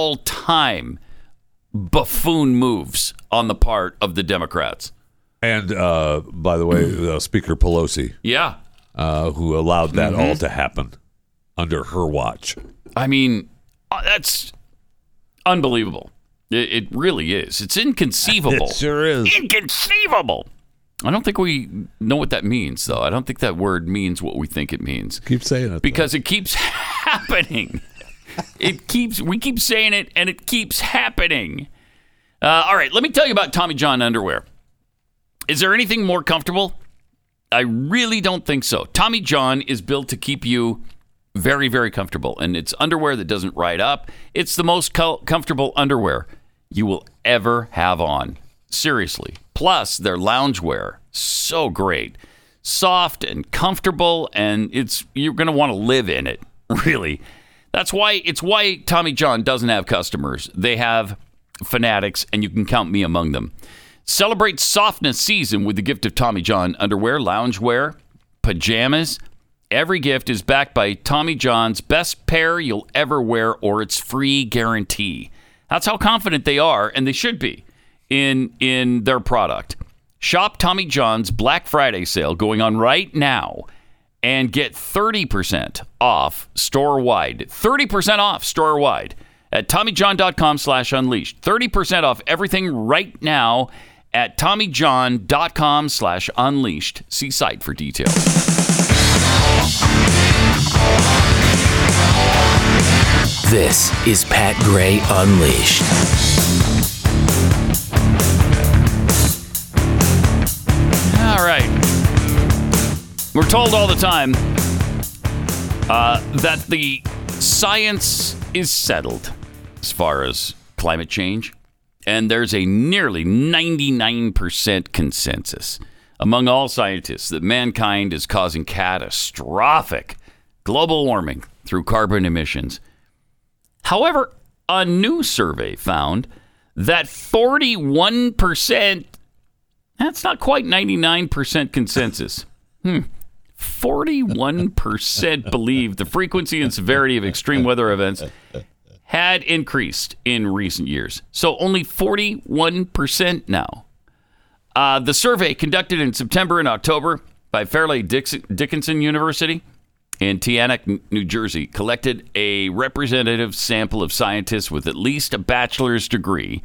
all-time buffoon moves on the part of the Democrats. And uh, by the way, uh, Speaker Pelosi, Yeah, uh, who allowed that Mm-hmm. all to happen under her watch. I mean, uh, that's unbelievable. It, it really is. It's inconceivable. sure is. Inconceivable. I don't think we know what that means, though. I don't think that word means what we think it means Keep saying it. because it keeps happening. It keeps we keep saying it, and it keeps happening. Uh, all right, let me tell you about Tommy John underwear. Is there anything more comfortable? I really don't think so. Tommy John is built to keep you very, very comfortable, and it's underwear that doesn't ride up. It's the most co- comfortable underwear you will ever have on. Seriously. Plus, their loungewear so great, soft and comfortable, and it's you're going to want to live in it. Really, that's why it's why Tommy John doesn't have customers. They have fanatics, and you can count me among them. Celebrate softness season with the gift of Tommy John underwear, loungewear, pajamas. Every gift is backed by Tommy John's best pair you'll ever wear or its free guarantee. That's how confident they are and they should be in in their product. Shop Tommy John's Black Friday sale going on right now and get 30% off store wide. 30% off store wide at TommyJohn.com slash unleashed. 30% off everything right now at TommyJohn.com slash unleashed. See site for details. This is Pat Gray Unleashed. All right. We're told all the time uh, that the science is settled as far as climate change, and there's a nearly 99% consensus among all scientists that mankind is causing catastrophic global warming through carbon emissions. However, a new survey found that 41% that's not quite 99% consensus. Hmm. 41% believe the frequency and severity of extreme weather events had increased in recent years. So only 41% now. Uh, the survey conducted in September and October by Fairleigh Dix- Dickinson University in Tianac, New Jersey, collected a representative sample of scientists with at least a bachelor's degree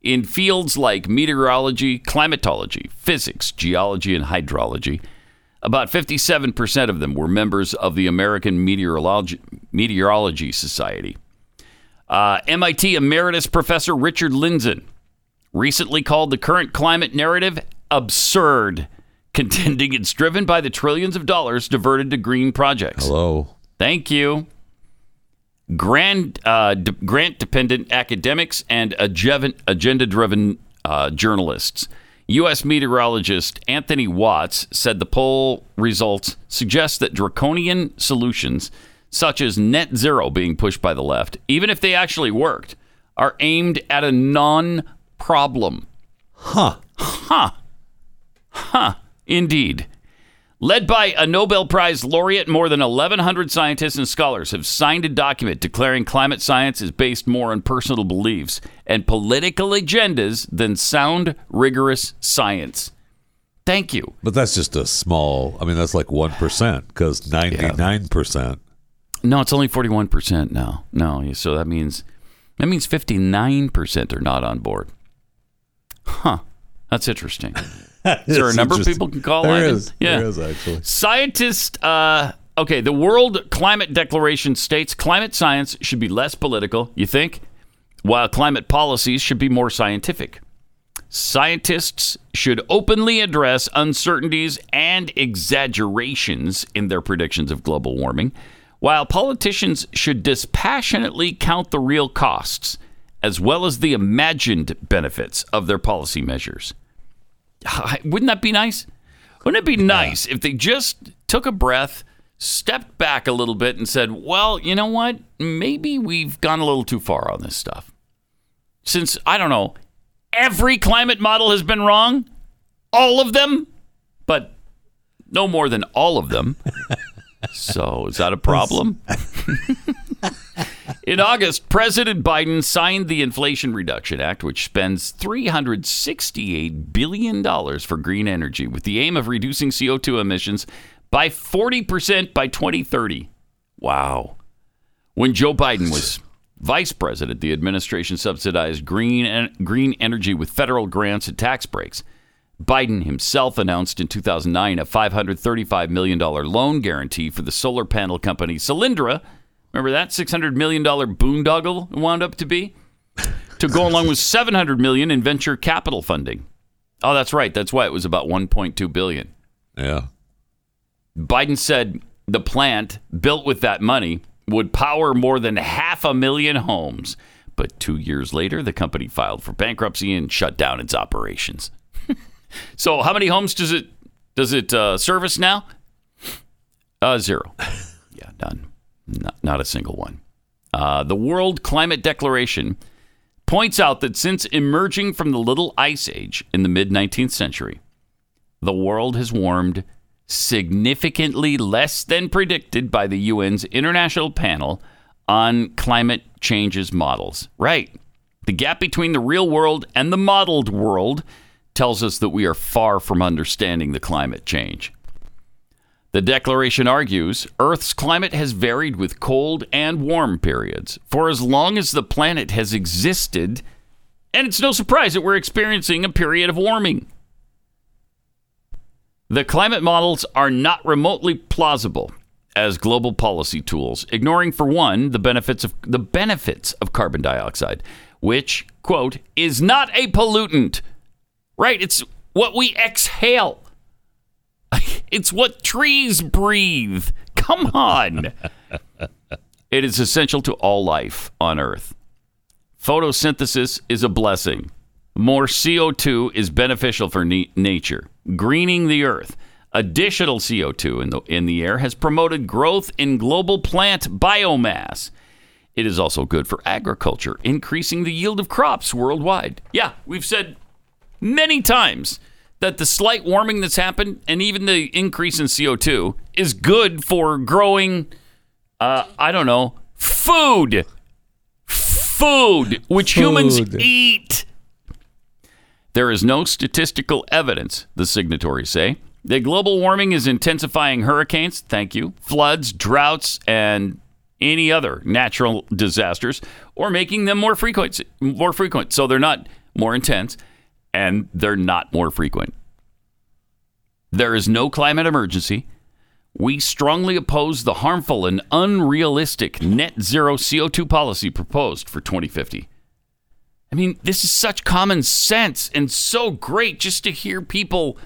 in fields like meteorology, climatology, physics, geology, and hydrology. About 57% of them were members of the American Meteorology, Meteorology Society. Uh, MIT Emeritus Professor Richard Lindzen recently called the current climate narrative absurd, contending it's driven by the trillions of dollars diverted to green projects. Hello. Thank you. Grand, uh, de- grant dependent academics and agenda driven uh, journalists. U.S. meteorologist Anthony Watts said the poll results suggest that draconian solutions, such as net zero being pushed by the left, even if they actually worked, are aimed at a non problem. Indeed. Led by a Nobel Prize laureate, more than 1,100 scientists and scholars have signed a document declaring climate science is based more on personal beliefs and political agendas than sound, rigorous science. Thank you. But that's just a small. I mean, that's like one percent because ninety-nine percent. No, it's only 41% now. No, so that means that means 59% are not on board. Huh. That's interesting. Is there a number people can call, There Ivan? is. Yeah. There is actually. Scientists, uh, okay, the World Climate Declaration states climate science should be less political, you think? While climate policies should be more scientific. Scientists should openly address uncertainties and exaggerations in their predictions of global warming, while politicians should dispassionately count the real costs as well as the imagined benefits of their policy measures. Wouldn't that be nice? Wouldn't it be nice if they just took a breath, stepped back a little bit, and said, well, you know what? Maybe we've gone a little too far on this stuff. Since, I don't know, every climate model has been wrong, all of them, but no more than all of them. so is that a problem? In August, President Biden signed the Inflation Reduction Act, which spends $368 billion for green energy with the aim of reducing CO2 emissions by 40% by 2030. Wow. When Joe Biden was vice president, the administration subsidized green, en- green energy with federal grants and tax breaks. Biden himself announced in 2009 a $535 million loan guarantee for the solar panel company Solyndra. Remember that $600 million boondoggle it wound up to be? To go along with $700 million in venture capital funding. Oh, that's right. That's why it was about $1.2 billion. Yeah. Biden said the plant built with that money would power more than half a million homes. But two years later, the company filed for bankruptcy and shut down its operations. so, how many homes does it does it uh, service now? Uh, zero. Yeah, none. Not, not a single one. Uh, the World Climate Declaration points out that since emerging from the Little Ice Age in the mid 19th century, the world has warmed significantly less than predicted by the UN's International Panel on Climate Changes Models. Right. The gap between the real world and the modeled world tells us that we are far from understanding the climate change. The declaration argues Earth's climate has varied with cold and warm periods for as long as the planet has existed, and it's no surprise that we're experiencing a period of warming. The climate models are not remotely plausible as global policy tools, ignoring for one the benefits of the benefits of carbon dioxide, which quote is not a pollutant. Right, it's what we exhale. It's what trees breathe. Come on. it is essential to all life on earth. Photosynthesis is a blessing. More CO2 is beneficial for ne- nature, greening the earth. Additional CO2 in the, in the air has promoted growth in global plant biomass. It is also good for agriculture, increasing the yield of crops worldwide. Yeah, we've said many times that the slight warming that's happened and even the increase in CO2 is good for growing, uh, I don't know, food. Food, which humans Food. eat. There is no statistical evidence, the signatories say, that global warming is intensifying hurricanes, thank you, floods, droughts, and any other natural disasters, or making them more frequent. More frequent, so they're not more intense, and they're not more frequent. There is no climate emergency. We strongly oppose the harmful and unrealistic net zero CO2 policy proposed for 2050. I mean, this is such common sense and so great just to hear people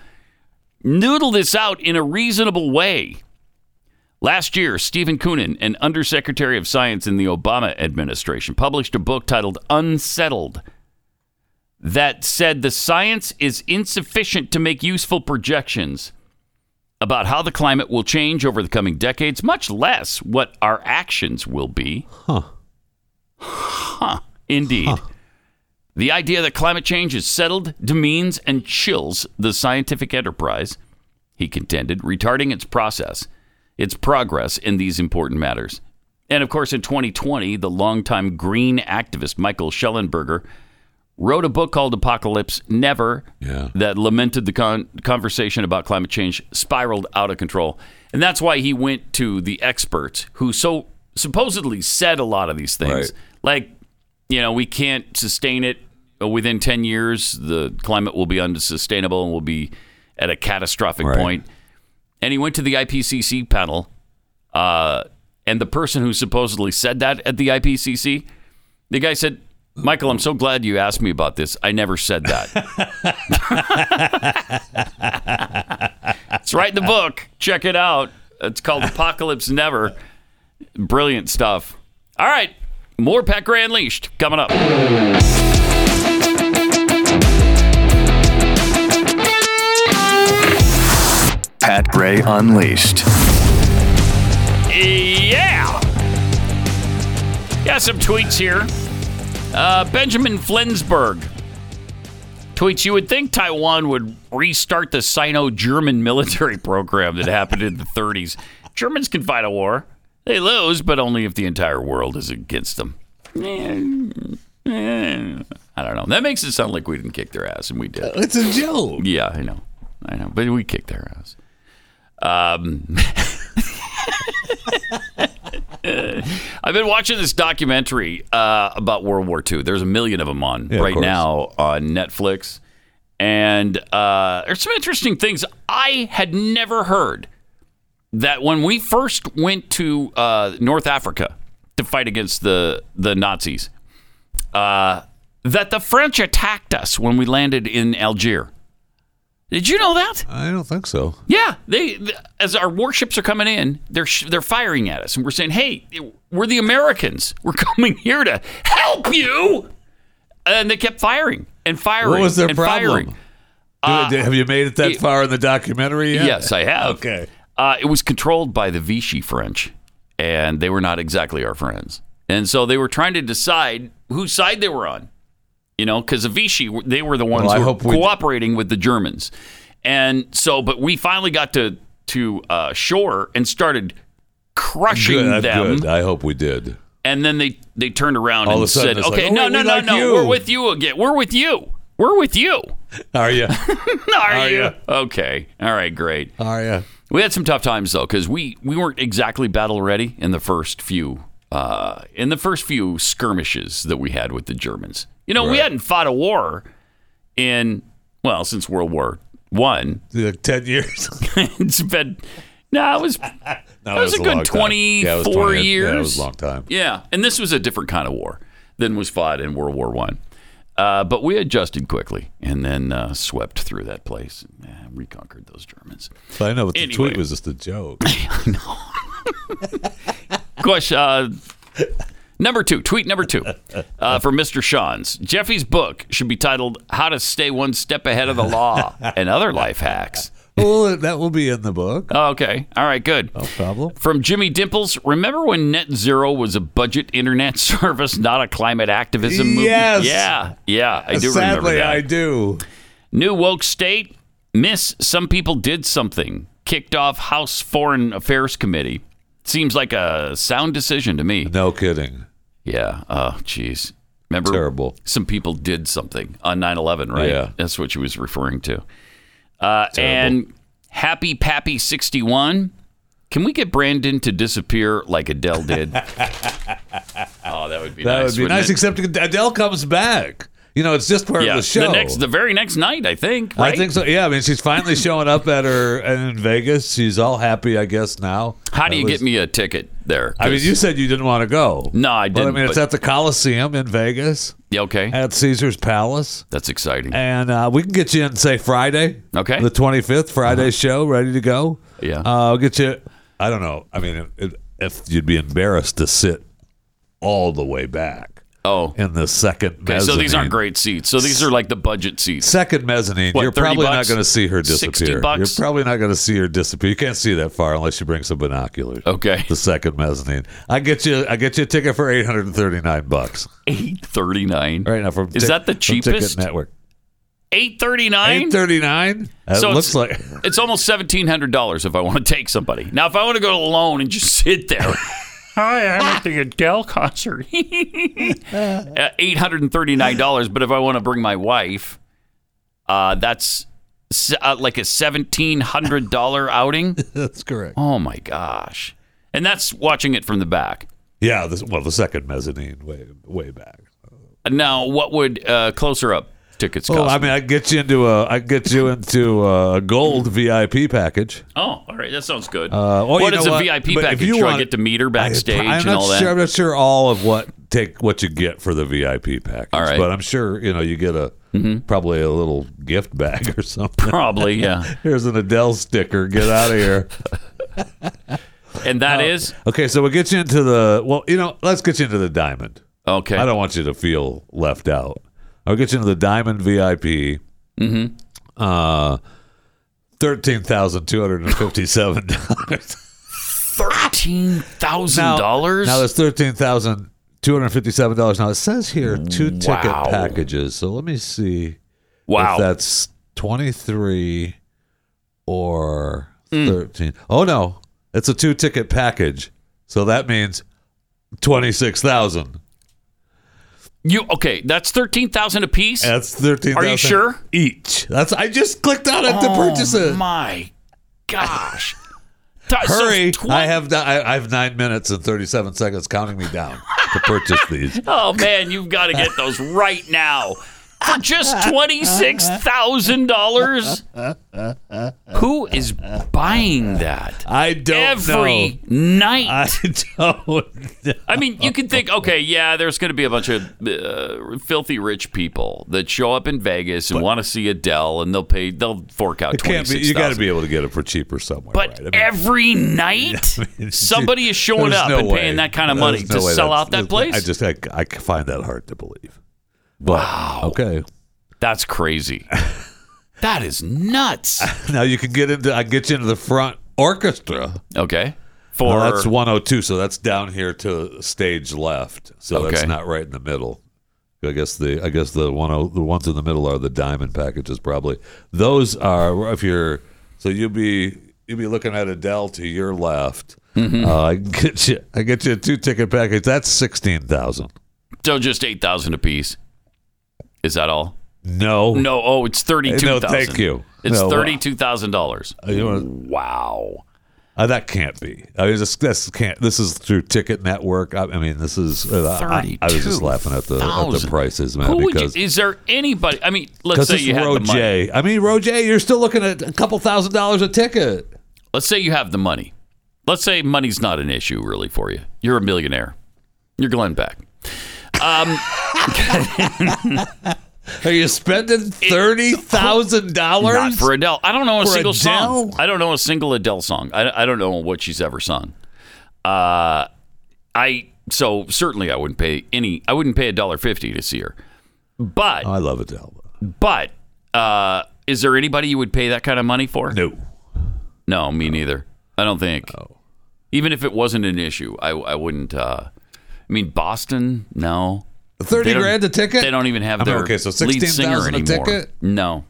noodle this out in a reasonable way. Last year, Stephen Coonan, an undersecretary of science in the Obama administration, published a book titled Unsettled that said the science is insufficient to make useful projections about how the climate will change over the coming decades, much less what our actions will be. Huh. Huh. Indeed. The idea that climate change is settled demeans and chills the scientific enterprise, he contended, retarding its process, its progress in these important matters. And of course, in 2020, the longtime green activist Michael Schellenberger wrote a book called Apocalypse Never Yeah. that lamented the con- conversation about climate change spiraled out of control. And that's why he went to the experts who so supposedly said a lot of these things. Right. Like, you know, we can't sustain it uh, within 10 years. The climate will be unsustainable and will be at a catastrophic Right. point. And he went to the IPCC panel. Uh, and the person who supposedly said that at the IPCC, the guy said, Michael, I'm so glad you asked me about this. I never said that. it's right in the book. Check it out. It's called Apocalypse Never. Brilliant stuff. All right. More Pat Gray Unleashed coming up. Pat Gray Unleashed. Yeah. Got some tweets here. Uh, Benjamin Flinsberg tweets You would think Taiwan would restart the Sino German military program that happened in the 30s. Germans can fight a war, they lose, but only if the entire world is against them. Eh, I don't know. That makes it sound like we didn't kick their ass, and we did. It's a joke. Yeah, I know. I know. But we kicked their ass. Um, I've been watching this documentary uh, about World War II. There's a million of them on of right course. now on Netflix. And uh, there's some interesting things I had never heard that when we first went to uh, North Africa to fight against the, the Nazis, uh, that the French attacked us when we landed in Algier. Did you know that? I don't think so. Yeah, they th- as our warships are coming in, they're sh- they're firing at us, and we're saying, "Hey, we're the Americans. We're coming here to help you." And they kept firing and firing. What was their and problem? Firing. Uh, Do- do- have you made it that it- far in the documentary yet? Yes, I have. Okay. Uh, it was controlled by the Vichy French, and they were not exactly our friends. And so they were trying to decide whose side they were on. You know, because the Vichy, they were the ones Well, I who hope were we- cooperating with the Germans. And so, but we finally got to to uh, shore and started crushing Good, I'm them. good. I hope we did. And then they they turned around All of and a sudden said, it's like, "Okay, oh, no, wait, no, we no, like no, you." we're with you again. We're with you. We're with you. Are you? Are, Are you ya? okay? All right, great." Are you? We had some tough times though, because we we weren't exactly battle ready in the first few uh, in the first few skirmishes that we had with the Germans. You know, we hadn't fought a war in well since World War One. Like Ten years. it's been No, it was No, That was a a good long time. Yeah, it was 24 Yeah, it years. was a long time. Yeah, and this was a different kind of war than was fought in World War One. Uh, but we adjusted quickly and then uh, swept through that place and eh, reconquered those Germans. But I know but the Anyway. tweet was just a joke. Question uh, number two, tweet number two uh, for Mr. Sean's. Jeffy's book should be titled How to Stay One Step Ahead of the Law and Other Life Hacks. well, that will be in the book. Oh, okay. All right, good. No problem. From Jimmy Dimples, remember when net zero was a budget internet service, not a climate activism movement? Yes. Yeah, yeah, I do remember Sadly, that. I do. New woke state, miss some people did something, kicked off House Foreign Affairs Committee. Seems like a sound decision to me. No kidding. Yeah, oh, jeez. Remember Terrible. some people did something on 9-11, right? Yeah. That's what she was referring to. Uh, and Happy Pappy 61. Can we get Brandon to disappear like Adele did? oh, that would be That nice. would be wouldn't nice, it? except Adele comes back. You know, it's just part yeah, of the show. next, the very next night, I think. Right? I think so. Yeah, I mean, she's finally showing up at her and in Vegas. She's all happy, I guess. Now, How do At you least- get me a ticket there? I mean, 'Cause- you said you didn't want to go. No, I But, I didn't, mean, it's but- at the Coliseum in Vegas Yeah, okay, at Caesar's Palace, that's exciting. and uh, we can get you in say Friday. Okay. Uh-huh. the twenty fifth Friday show, ready to go. Yeah. uh, I'll get you. I don't know. I mean, if, if you'd be embarrassed to sit all the way back oh, in the second. okay, so these mezzanine. aren't great seats. So these are like the budget seats. Second mezzanine, What, you're 30 probably bucks? not going to see her 60 disappear. bucks? You're probably not going to see her disappear. You can't see that far unless you bring some binoculars. Okay, The second mezzanine. I get you. I get you a ticket for eight hundred and thirty nine bucks eight thirty nine. right now from. Is that the from Ticket cheapest? network. Eight thirty nine. Eight thirty nine. That So looks like. It's almost seventeen hundred dollars if I want to take somebody. Now, if I want to go alone and just sit there, hi, I'm at the Adele concert. Uh, Eight hundred and thirty nine dollars. But if I want to bring my wife, uh, that's s- uh, like a seventeen hundred dollar outing. That's correct. Oh my gosh! And that's watching it from the back. Yeah. This, well, the second mezzanine, way way back. Now, what would uh, closer up tickets cost? Oh, I mean, I get you into a. I get you into a gold VIP package. Oh, all right. That sounds good. Uh, oh, you what know is a what? VIP But if package? you Do I want- get to meet her backstage I, am and not all that? sure. I'm not sure all of what take what you get for the VIP package. All right. Mm-hmm. but I'm sure you know you get a probably a little gift bag or something. Probably, yeah. Here's an Adele sticker. Get out of here. And that is okay, so we'll get you into the well. You know, let's get you into the diamond. okay. I don't want you to feel left out. I'll get you into the diamond VIP. Mm-hmm. Uh, thirteen thousand two hundred and fifty-seven dollars. Thirteen thousand dollars. Now there's thirteen thousand two hundred fifty-seven dollars. Now it says here two ticket Wow. packages. So let me see Wow. if that's twenty-three or Hmm. thirteen. Oh no, it's a two-ticket package. So that means twenty-six thousand. you okay? That's thirteen thousand apiece. That's thirteen. Are you sure? Each. That's. I just clicked on it to purchase it. Oh My gosh. Th- so Hurry! it's twen- I have ni- I I have nine minutes and thirty-seven seconds counting me down to purchase these. Oh man, you've got to get those right now for just twenty six thousand dollars. Who is buying that I don't know. every night? I don't. know. I mean, you can think, okay, yeah, there's going to be a bunch of uh, filthy rich people that show up in Vegas and want to see Adele, and they'll pay, they'll fork out It twenty can't be. six. You got to be able to get it for cheaper somewhere. But right? I mean, every night, somebody is showing there's up no and way. paying that kind of There's money no to way sell that's- out that place. I just I, I find that hard to believe. But, wow. Okay. That's crazy. that is nuts. Now you can get into. I get you into the front orchestra. Okay, for Well, that's 102. So that's down here to stage left. So that's Okay. not right in the middle. I guess the I guess the one oh- the ones in the middle are the diamond packages probably. Those are if you're so you'll be you'll be looking at Adele to your left. Mm-hmm. Uh, I get you I get you a two ticket package. That's sixteen thousand. so just eight thousand apiece. Is that all? No, No. Oh, it's thirty two no, thousand. thank you. It's No, thirty two thousand dollars. you wanna- Wow. Uh, that can't be. I mean, this, this can't. This is through Ticket Network. I, I mean, this is. Uh, I, I was just laughing at the at the 32,000. prices, man. Who would because you, is there anybody? I mean, let's Because say it's you had the money. Rojay. I mean, Rojay, you're still looking at a couple thousand dollars a ticket. Let's say you have the money. Let's say money's not an issue really for you. You're a millionaire. You're Glenn Beck. Are you spending thirty thousand Not dollars? for Adele. I don't know a For single song. Adele? I don't know a single Adele song. I, I don't know what she's ever sung. Uh, I so certainly I wouldn't pay any. I wouldn't pay a dollar fifty to see her. But Oh, I love Adele. but uh, is there anybody you would pay that kind of money for? No, No, me neither. I don't think. Even if it wasn't an issue, I, I wouldn't. Uh, I mean, Boston, no. thirty They don't- grand a ticket. They don't even have I mean, their okay, so lead singer 16,000 a anymore. ticket? No.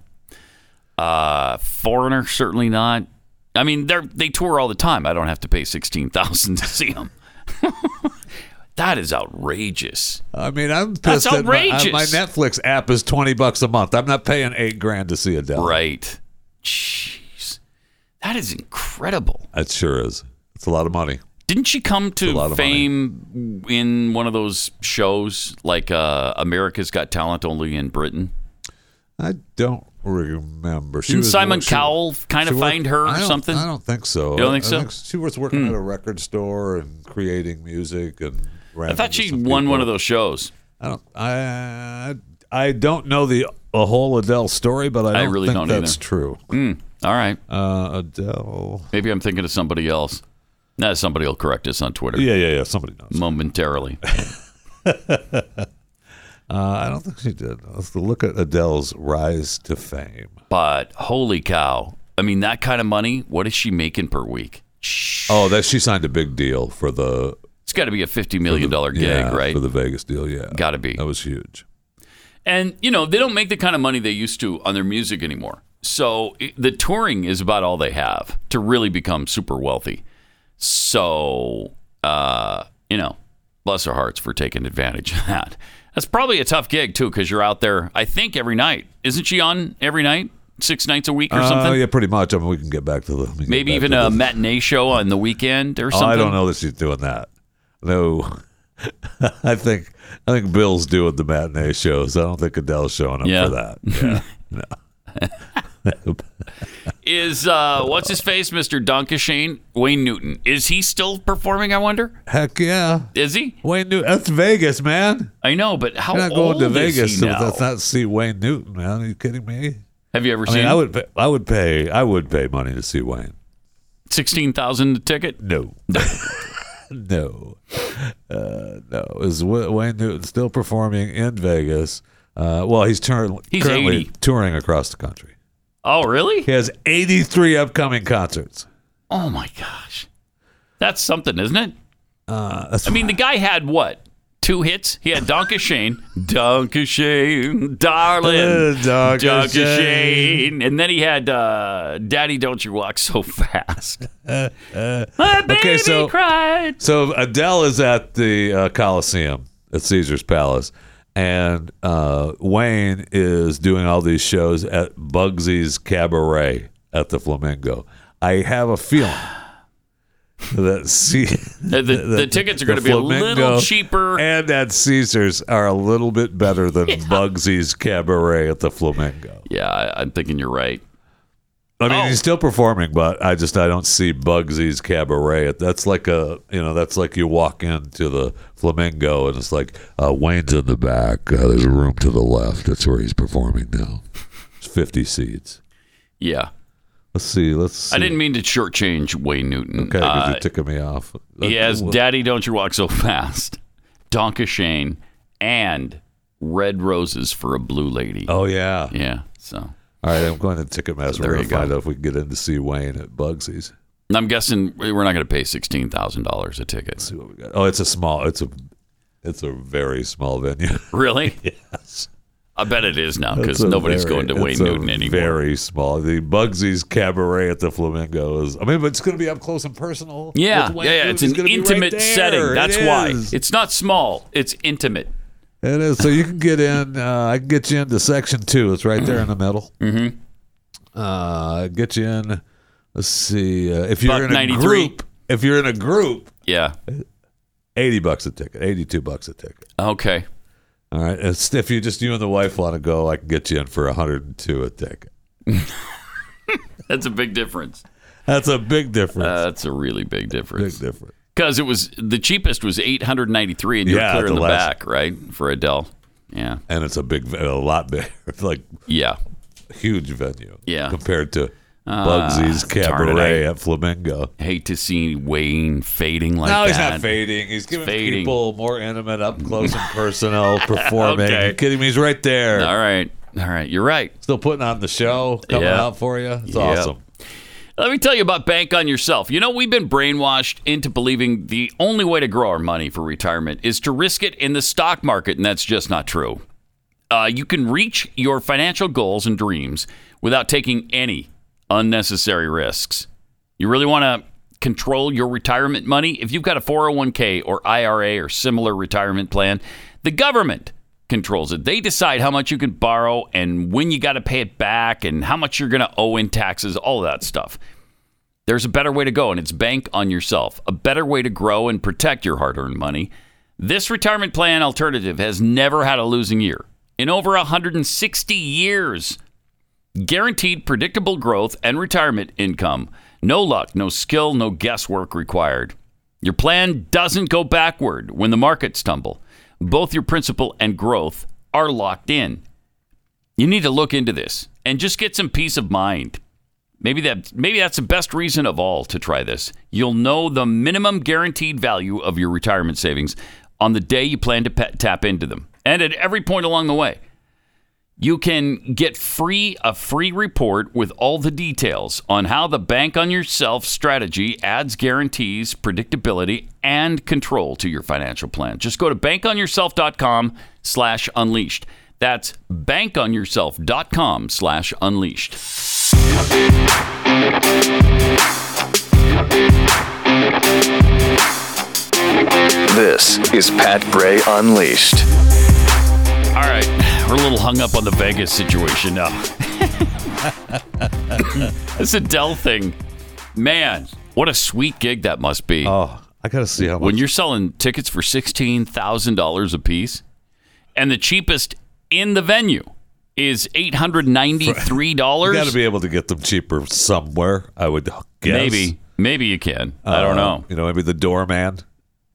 Uh, foreigner, certainly not. I mean, they they tour all the time. I don't have to pay sixteen thousand to see them. that is outrageous. I mean, I'm That's pissed. that my- uh, outrageous. My, Netflix app is twenty bucks a month. I'm not paying eight grand to see Adele. Right? Jeez, that is incredible. It sure is. It's a lot of money. Didn't she come a lot to of fame in one of those shows like uh, America's Got Talent only in Britain? I don't remember. She Didn't was- uh, Simon she- Cowell kind she of worked- find her or I don't- something? I don't think so. You don't think so? Hmm. she was working at a record store and creating music and. I thought she won one of those shows. I don't. I I don't know the a whole Adele story, but I, I don't really think don't that's either. Hmm. true. All right. Uh, Adele. Maybe I'm thinking of somebody else. Nah, somebody will correct us on Twitter Yeah, yeah, yeah. Somebody knows. momentarily. Hmm. Uh, I don't think she did. Let's look at Adele's rise to fame. But holy cow. I mean, that kind of money, what is she making per week? Oh, that she signed a big deal for the It's got to be a $50 million gig, yeah, right? for the Vegas deal. Yeah, Gotta be. That was huge. And you know, they don't make the kind of money they used to on their music anymore. So i the touring is about all they have to really become super wealthy. So uh, you know, bless their hearts for taking advantage of that. That's probably a tough gig too, because you're out there. I think every night, isn't she on every night, six nights a week or Uh, something? yeah, pretty much. I mean, we can get back to the we can Maybe get back even to a the- matinee show on the weekend or Oh, something. I don't know that she's doing that. No, I think I think Bill's doing the matinee shows. I don't think Adele's showing up Yeah. for that. Yeah, no. Is uh, what's his face, Mr. Donkashane Wayne Newton? Is he still performing? I wonder. Heck yeah. Is he? Wayne Newton. That's Vegas, man. I know, but how I'm not old going to is Vegas he to now? that's not see Wayne Newton, man. Are you kidding me? Have you ever I seen mean, I would, pay, I would pay, I would pay money to see Wayne. sixteen thousand a ticket? No, no, uh, no. Is Wa- Wayne Newton still performing in Vegas? Uh, well, he's, turn, He's currently 80. touring across the country. Oh, really? He has 83 upcoming concerts. Oh my gosh, that's something, isn't it? Uh, that's I mean, the guy had what? Two hits. He had Donka Shane, Donka Shane, darling, Uh, Donka Donka Shane. Shane, and then he had uh, Daddy, don't you walk so fast? my baby Uh, okay, so- cried. So Adele is at the uh, Coliseum at Caesar's Palace, and uh, Wayne is doing all these shows at Bugsy's Cabaret at the Flamingo. I have a feeling that see The, the, the tickets are going to be a little cheaper. and at Caesar's are a little bit better than Bugsy's Cabaret at the Flamingo. yeah, I, I'm thinking you're right. I mean, Oh. he's still performing, but I just I don't see Bugsy's cabaret. That's like a you know that's like you walk into the Flamingo and it's like uh, Wayne's in the back. Uh, there's a room to the left. That's where he's performing now. It's 50 seats. Yeah, Let's see. Let's. See. I didn't mean to shortchange Wayne Newton. Okay, 'cause Uh, you're ticking me off. Uh, He has Well, Daddy Don't You Walk So Fast, Donka Shane, and Red Roses for a Blue Lady. Oh yeah. Yeah, so. All right, I'm going to Ticketmaster. there We're you going to go. find out if we can get in to see Wayne at Bugsy's. And I'm guessing we're not going to pay $16,000 a ticket. See what we got. Oh, it's a small. It's a. It's a very small venue. Really? yes. I bet it is now because It's a nobody's very- going to Wayne it's a Newton anymore. Very small. The Bugsy's Cabaret at the Flamingo is. I mean, but it's going to be up close and personal. yeah, yeah, with Wayne yeah. Newton. It's an gonna be right intimate there. setting. It That's why. is. It's not small, it's intimate. It is. So you can get in. Uh, I can get you into section two. It's right there in the middle. Mm-hmm. Uh, get you in. Let's see. Uh, if you're Buck in a 93. group, if you're in a group, Yeah. eighty bucks a ticket. Eighty-two bucks a ticket. Okay. All right. It's, if you just you and the wife want to go, I can get you in for hundred and two a ticket. That's a big difference. That's a big difference. That's a really big big difference. difference. Because it was the cheapest was eight hundred ninety three, and you're Yeah, clear in the the last- back, right, for Adele. Yeah, And it's a big, a lot bigger. It's like yeah. huge venue. Yeah. Ah, Compared to Bugsy's Cabaret I- at Flamingo. Hate to see Wayne fading like No, that. he's not fading. He's giving fading. people more intimate, up close and personal performing. Okay. You kidding me? He's right there. All right, all right. You're right. Still putting on the show, coming Yeah. out for you. It's Yeah. awesome. Let me tell you about Bank on Yourself. You know, we've been brainwashed into believing the only way to grow our money for retirement is to risk it in the stock market, and that's just not true. Uh, you can reach your financial goals and dreams without taking any unnecessary risks. You really want to control your retirement money? If you've got a 401k or IRA or similar retirement plan, the government controls it. They decide how much you can borrow and when you got to pay it back and how much you're going to owe in taxes, all of that stuff. There's a better way to go, and it's bank on yourself. A better way to grow and protect your hard earned money. This retirement plan alternative has never had a losing year in over 160 years. Guaranteed predictable growth and retirement income. No luck, no skill, no guesswork required. Your plan doesn't go backward when the markets tumble. Both your principal and growth are locked in. You need to look into this and just get some peace of mind. Maybe that maybe that's the best reason of all to try this. You'll know the minimum guaranteed value of your retirement savings on the day you plan to pa- tap into them and at every point along the way. You can get free a free report with all the details on how the bank on yourself strategy adds guarantees, predictability, and control to your financial plan. Just go to bankonyourself.com slash unleashed. That's bankonyourself.com slash unleashed. This is Pat Bray Unleashed. All right, we're a little hung up on the Vegas situation now. this Adele thing, man, what a sweet gig that must be. Oh, I got to see how much. when you're selling tickets for sixteen thousand dollars a piece, and the cheapest in the venue is eight hundred ninety-three you dollars. got to be able to get them cheaper somewhere, I would guess. Maybe, maybe you can. I Uh, don't know. You know, maybe the doorman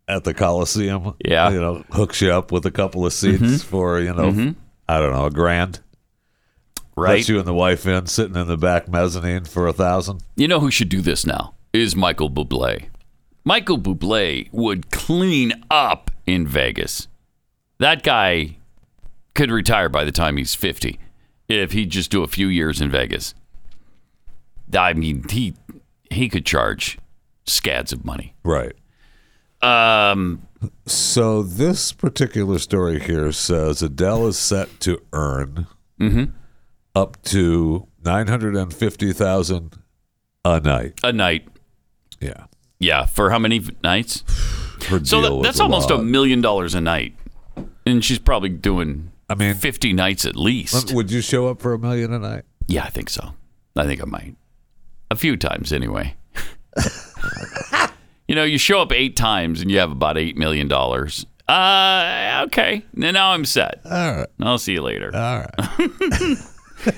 at the Coliseum. Yeah. Mm-hmm. You know, hooks you up with a couple of seats for, you know, I don't know, a grand. Right? That's you and the wife in sitting in the back mezzanine for a thousand. You know who should do this now is Michael Bublé. Michael Bublé would clean up in Vegas. That guy could retire by the time he's 50 if he'd just do a few years in Vegas. I mean, he he could charge scads of money. Right. Um, So this particular story here says Adele is set to earn Mm-hmm. up to nine hundred and fifty thousand a night. a night. Yeah. Yeah, for how many nights? Her So deal that, was that's almost a lot. million dollars a night. And she's probably doing I mean, 50 nights at least. would you show up for a million a night? Yeah, I think so. I think I might. A few times anyway. you know, you show up eight times and you have about $8 million. Uh, okay. Now now I'm set. All right. I'll see you later. All right.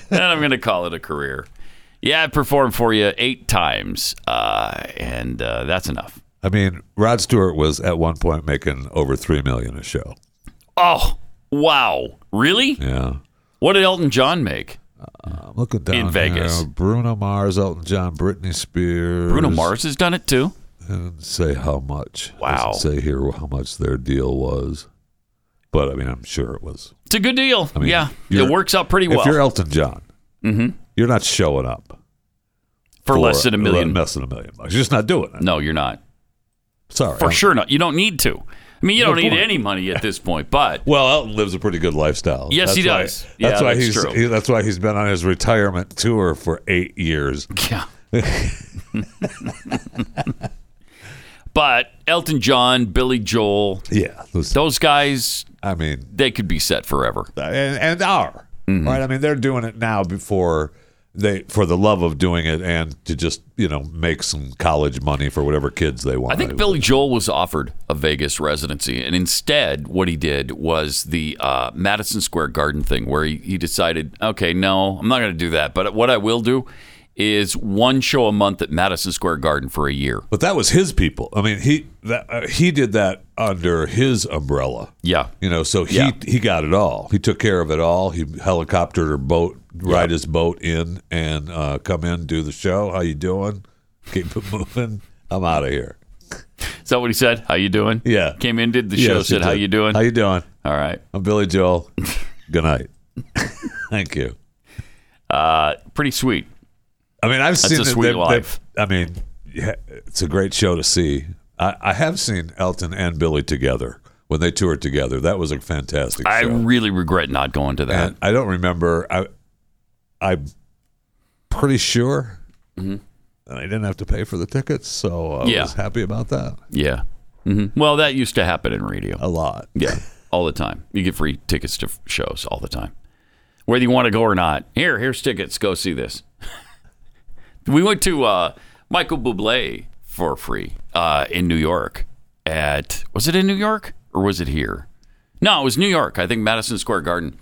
and I'm going to call it a career. Yeah, I performed for you eight times, uh, and uh, that's enough. I mean, Rod Stewart was at one point making over three million a show. Oh, wow. Really? Yeah. What did Elton John make? I'm looking down here. Vegas. Bruno Mars, Elton John, Britney Spears. Bruno Mars has done it too. didn't say how much. Wow. Doesn't say here how much their deal was, but I mean, I'm sure it was. It's a good deal. mean, yeah, it you're- works out pretty if well you're Elton John, you're not showing up Mm-hmm. for, less than a million. Less than a million bucks. You're just not doing it. No, you're not. Sorry. For I'm- sure not. You don't need to. I mean, you don't Good need point. any money at this point, but Well, Elton lives a pretty good lifestyle. Yes, he why- does. Yeah, that's why that's he's true. he- that's why he's been on his retirement tour for eight years. yeah. but Elton John, Billy Joel, Yeah, listen, those guys, I mean, they could be set forever. and, and are right. I mean, they're doing it now before they for the love of doing it and to just you know make some college money for whatever kids they want. I think Billy Joel was offered a Vegas residency, and instead, what he did was the uh, Madison Square Garden thing, where he, he decided, okay, no, I'm not going to do that. But what I will do is one show a month at Madison Square Garden for a year. But that was his people. I mean, he that uh, he did that under his umbrella. Yeah. You know, so he Yeah. he got it all. He took care of it all. He helicoptered or boat ride his boat in and uh, come in do the show. How you doing? Keep it moving. I'm out of here. Is that what he said? How you doing? Yeah. Came in, did the show, Yes, he said, "How did. you doing?" How you doing? All right. I'm Billy Joel. Good night. Thank you. Pretty sweet. I mean, I've seen a that sweet they've- life. they've- I mean, yeah, it's a great show to see. I, I have seen Elton and Billy together when they toured together. That was a fantastic I show. really regret not going to that. and I don't remember. I, I'm pretty sure that I didn't have to pay for the tickets, so I Mm-hmm. Yeah. was happy about that yeah. hmm Well, that used to happen in radio. a lot. Yeah, all the time. You get free tickets to f- shows all the time, whether you want to go or not. Here, here's tickets. Go see this. we went to uh, Michael Bublé for free uh, in New York. At was it in New York or was it here? No, it was New York. I think Madison Square Garden.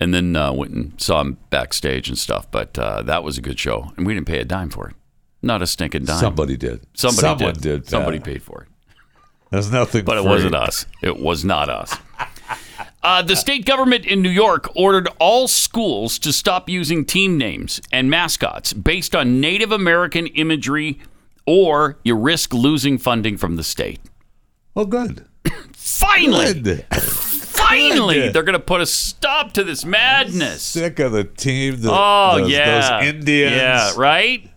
And then uh, went and saw him backstage and stuff. But uh, that was a good show, and we didn't pay a dime for it. Not a stinking dime. Somebody did. Somebody Someone did. did. Somebody Pat. paid for it. There's nothing. But it free. wasn't us. It was not us. Uh, the state government in New York ordered all schools to stop using team names and mascots based on Native American imagery, or you risk losing funding from the state. Oh, good. Finally, Good. finally, they're going to put a stop to this madness. Sick of the team. The, Oh those, yeah, Those Indians. Yeah, right.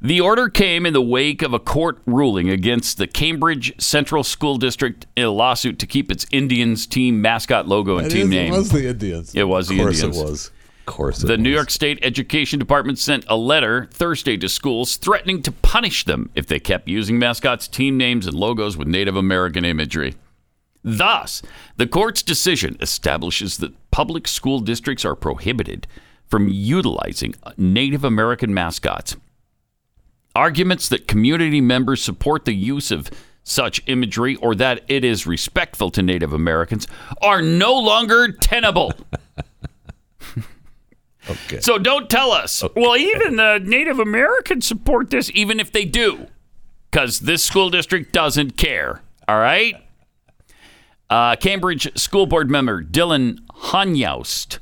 The order came in the wake of a court ruling against the Cambridge Central School District in a lawsuit to keep its Indians team mascot logo and It team is- name. It was the Indians. It was the course Indians. It was. Of course, it the New was. York State Education Department sent a letter Thursday to schools threatening to punish them if they kept using mascots, team names, and logos with Native American imagery. Thus, the court's decision establishes that public school districts are prohibited from utilizing Native American mascots. Arguments that community members support the use of such imagery or that it is respectful to Native Americans are no longer tenable. Okay. So don't tell us. Well, even the Native Americans support this, even if they do, because this school district doesn't care. All right. Uh, Cambridge school board member Dylan Honyaust,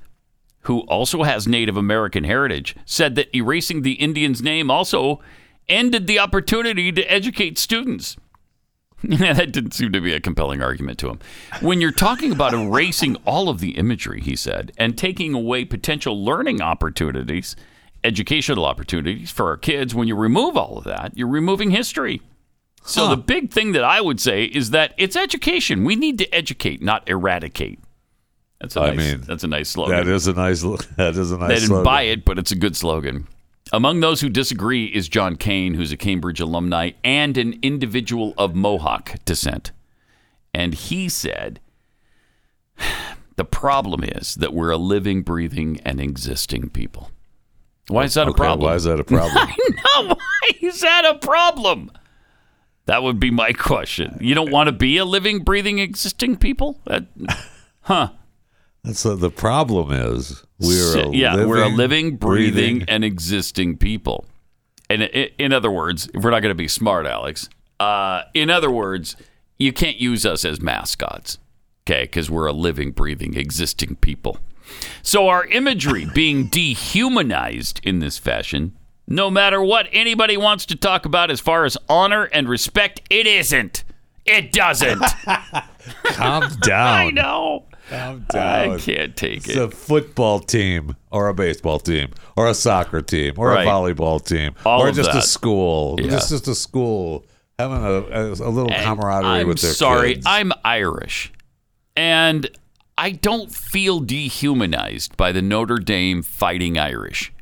who also has Native American heritage, said that erasing the Indian's name also ended the opportunity to educate students. that didn't seem to be a compelling argument to him. When you're talking about erasing all of the imagery, he said, and taking away potential learning opportunities, educational opportunities for our kids, when you remove all of that, you're removing history. So the big thing that I would say is that it's education. We need to educate, not eradicate. That's a I nice, mean, that's a nice slogan. That is a nice. l- That is a nice. They didn't slogan. buy it, but it's a good slogan. Among those who disagree is John Kane, who's a Cambridge alumni and an individual of Mohawk descent. And he said, The problem is that we're a living, breathing, and existing people. Why is that a Okay, problem? Why is that a problem? no, why is that a problem? That would be my question. You don't want to be a living, breathing, existing people? That, so uh, the problem is we're Shit, a yeah, living, we're a living, breathing, and existing people. And i- in other words, if we're not going to be smart, Alex, uh, in other words, you can't use us as mascots, okay? Because we're a living, breathing, existing people. So our imagery being dehumanized in this fashion, no matter what anybody wants to talk about as far as honor and respect, it isn't. It doesn't. Calm down. I know. Calm I down. can't take It's it. a football team, or a baseball team, or a soccer team, or Right. a volleyball team, All or of just that. a school. Yeah. Just just a school having a, a, a little And camaraderie I'm with their sorry, kids. I'm Irish, and I don't feel dehumanized by the Notre Dame fighting Irish.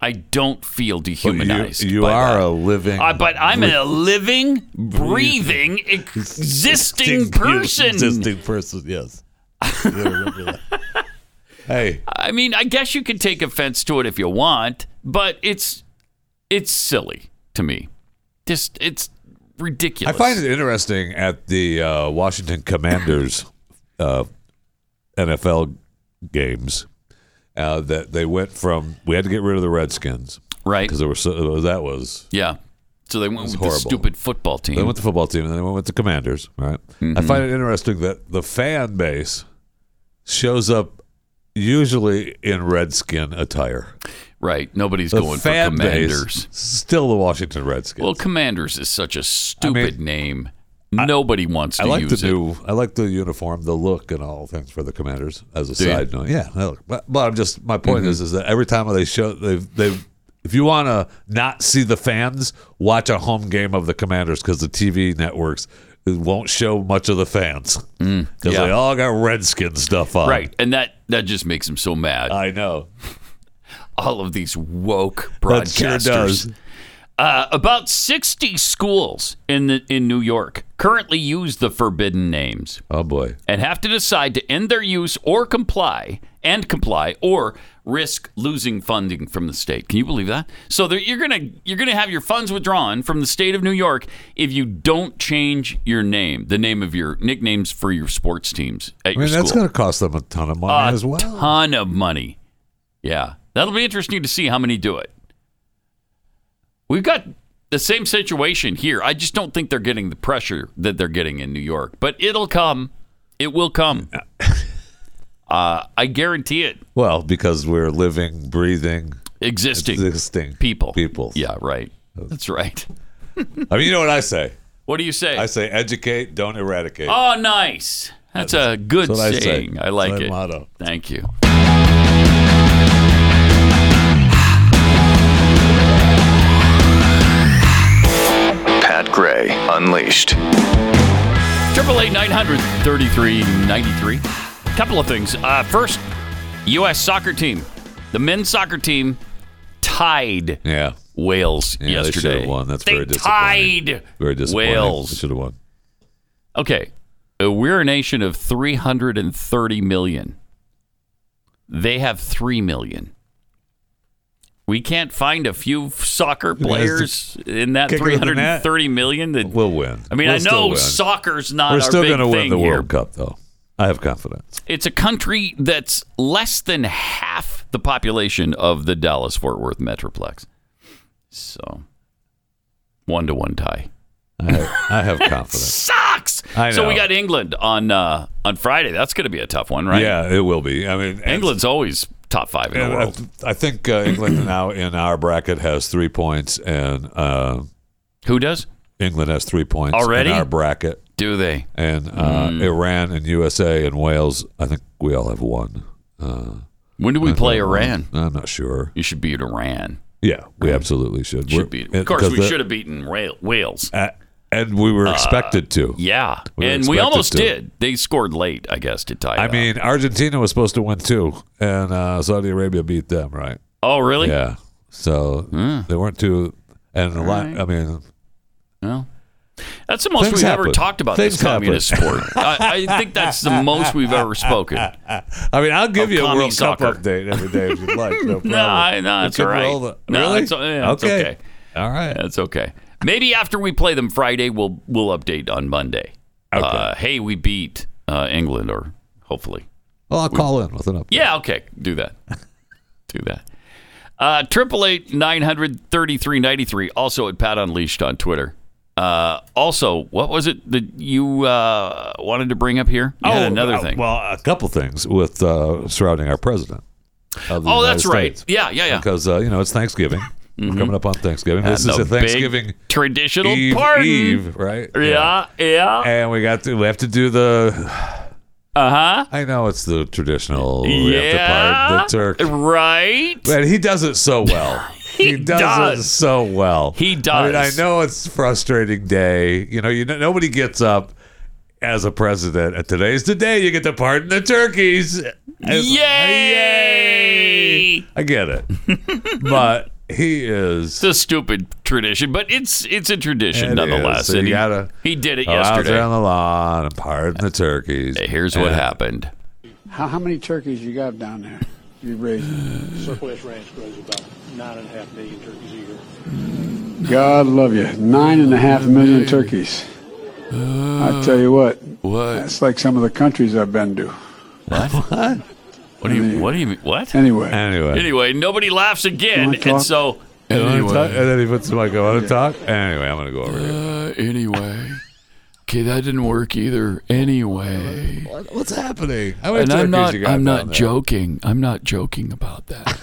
I don't feel But you- dehumanized. You, by are that. a living. Uh, but I'm a living, breathing, existing person. Existing person, yes. hey, I mean, I guess you can take offense to it if you want, but it's it's silly to me. Just it's I ridiculous. find it interesting at the uh, Washington Commanders uh, NFL games uh, that they went from we had to get rid of the Redskins. Right. because there were so, that was Yeah. So they went with the horrible. stupid football team. they went to football team and then they went with the Commanders. Right. I Mm-hmm. find it interesting that the fan base shows up usually in redskin attire. right. Nobody's The going for fan Commanders. base still the Washington Redskins. Well, Commanders is such a stupid name. Nobody wants to I like the use it. new, I like the uniform, the look, and all things for the commanders. As a you? Mm-hmm. side note, yeah. that look- But, but I'm just my point is is that every time they show they they if you want to not see the fans, watch a home game of the commanders because the TV networks won't show much of the fans because Mm, yeah. they all got redskin stuff on. right. And that that just makes him so mad. I know. All of these woke That broadcasters. sure does. Uh, about 60 schools in the in New York currently use the forbidden names. Oh boy. and have to decide to end their use or comply and comply or risk losing funding from the state. Can you believe that? So there, you're gonna you're gonna have your funds withdrawn from the state of New York if you don't change your name, the name of your nicknames for your sports teams at I your mean, that's school. going to cost them a ton of money as well. Ton of money. Yeah, that'll be interesting to see how many do it. We've got the same situation here. I just don't think they're getting the pressure that they're getting in New York, but it'll come. It will come. Uh, I guarantee it. Well, because we're living, breathing, Existing existing people. People. Yeah, right. That's right. I mean, you know what I say? What do you say? I say educate, don't eradicate. oh, nice. That's a good That's what I say. saying. I like That's my it. motto. Thank you. Pat Gray Unleashed. Triple eight nine hundred thirty three ninety three. Couple of things. Uh, first, U.S. soccer team, the men's soccer team, tied Yeah. Wales Yeah, they yesterday. should've won. That's They very disappointing. Tied Very disappointing. They Wales. should have won. Okay, Uh, we're a nation of three hundred and thirty million. They have three million. We can't find a few soccer guys players in that kick it three in the hundred and net. thirty million. That We'll win. I mean, We'll I still know win. soccer's not We're our still big gonna thing win the here, World Cup, though. I have confidence. it's a country that's less than half the population of the Dallas Fort Worth Metroplex. So, one to one tie. I have, I have confidence. Sucks. I So we know. got England on uh, on Friday. That's going to be a tough one, right? Yeah, it will be. I mean, and- England's always top five in and the I, world. I think uh, England now in our bracket has three points, and uh, Who does? England has three points Already? Hmm. in our bracket, Do they? and uh, Iran and USA and Wales. I think we all have one. Uh, When do we play Iran? I'm not sure. You should beat Iran. Yeah, we absolutely should. Hmm. Should beat. Of course, we should have beaten Ra- Wales. have. And we were expected to. Uh, Yeah, we were and we expected almost to. did. They scored late, I guess, to tie. it I up. mean, Argentina was supposed to win too, and uh, Saudi Arabia beat them, right? oh really? Hmm. Yeah. So they weren't too. And a lot. I mean, Well, that's the most Things we've ever happen. talked about Things this communist sport. I, I think that's the most we've ever spoken. I mean, I'll give Oh, you a commie World soccer. Cup update every day if you'd like. No problem. No, I- no, We it's could all right. roll the- No, really? it's- yeah, it's okay. All right. That's okay. Maybe after we play them Friday, we'll we'll update on Monday. Uh, hey, we beat uh, England, or hopefully. Well, I'll call in with an update. Yeah, okay, do that. do that. Uh Triple eight nine hundred thirty three ninety three. Also at Pat Unleashed on Twitter. Uh, also, what was it that you uh, wanted to bring up here? You had Oh, another uh, thing. Well, a couple things with uh, surrounding our president. of the oh, United that's right. States. Yeah, yeah, yeah. Because uh, you know it's Thanksgiving. We're coming up on Thanksgiving. this And is the a Thanksgiving big traditional Eve, pardon. Eve, right? Yeah, yeah. And we got to we have to do the. Uh huh. I know it's the traditional. Yeah. We have to pardon the Turk. Right. But he does it so well. he, does, it does. so well. He I mean, I does. know it's a frustrating day. You know, you know, nobody gets up as a president. And today's the day you get to pardon the turkeys. It's- Yay! I get it, but he is. It's a stupid tradition, but it's it's a tradition It is. nonetheless. So you and he, gotta- he did it out there on yesterday. the lawn and pardon the turkeys. Here's what And- happened. How, how many turkeys you got down there? You raising? Southwest Ranch grows about nine and a half million turkeys a year. God love you. Nine and a half million turkeys. I tell you what, What? that's like some of the countries I've been to. What do you? What do you? What? Anyway, Anyway, Anyway, nobody laughs again, Wanna and talk? so And, I wanna Anyway. talk- and then he puts the mic on to talk. Anyway, I'm going to go over here. Uh, anyway. Okay, that didn't work either. Anyway, What- Uh, What's happening? How many and I'm turkeys not. you got I'm down not there? joking. I'm not joking about that.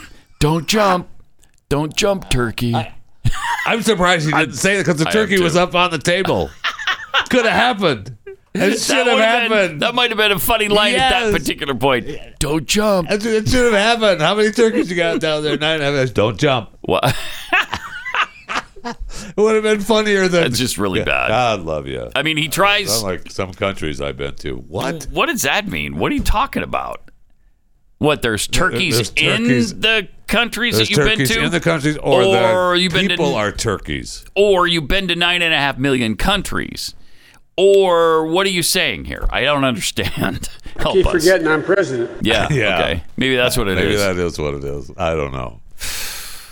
Don't jump. Don't jump, turkey. I'm surprised he didn't say it because the I am turkey was too. up on the table. Could have happened. It should have would've been- happened. that might have been a funny line at that Yes. particular point. Don't jump. That's- It should have happened. How many turkeys you got down there? Nine. I mean, Don't jump. What? It would have been funnier than. That's just really bad. God love you. I mean, he tries. Unlike some countries I've been to. What? What does that mean? What are you talking about? What? There's turkeys, there's turkeys- in the countries There's that you've been turkeys to, in the countries, or, Or the you've been to- people are turkeys. or you've been to nine and a half million countries, or what are you saying here? I don't understand. Help Keep us. forgetting I'm president. Yeah, Yeah. Okay. Maybe that's what it is. Maybe that is what it is. I don't know.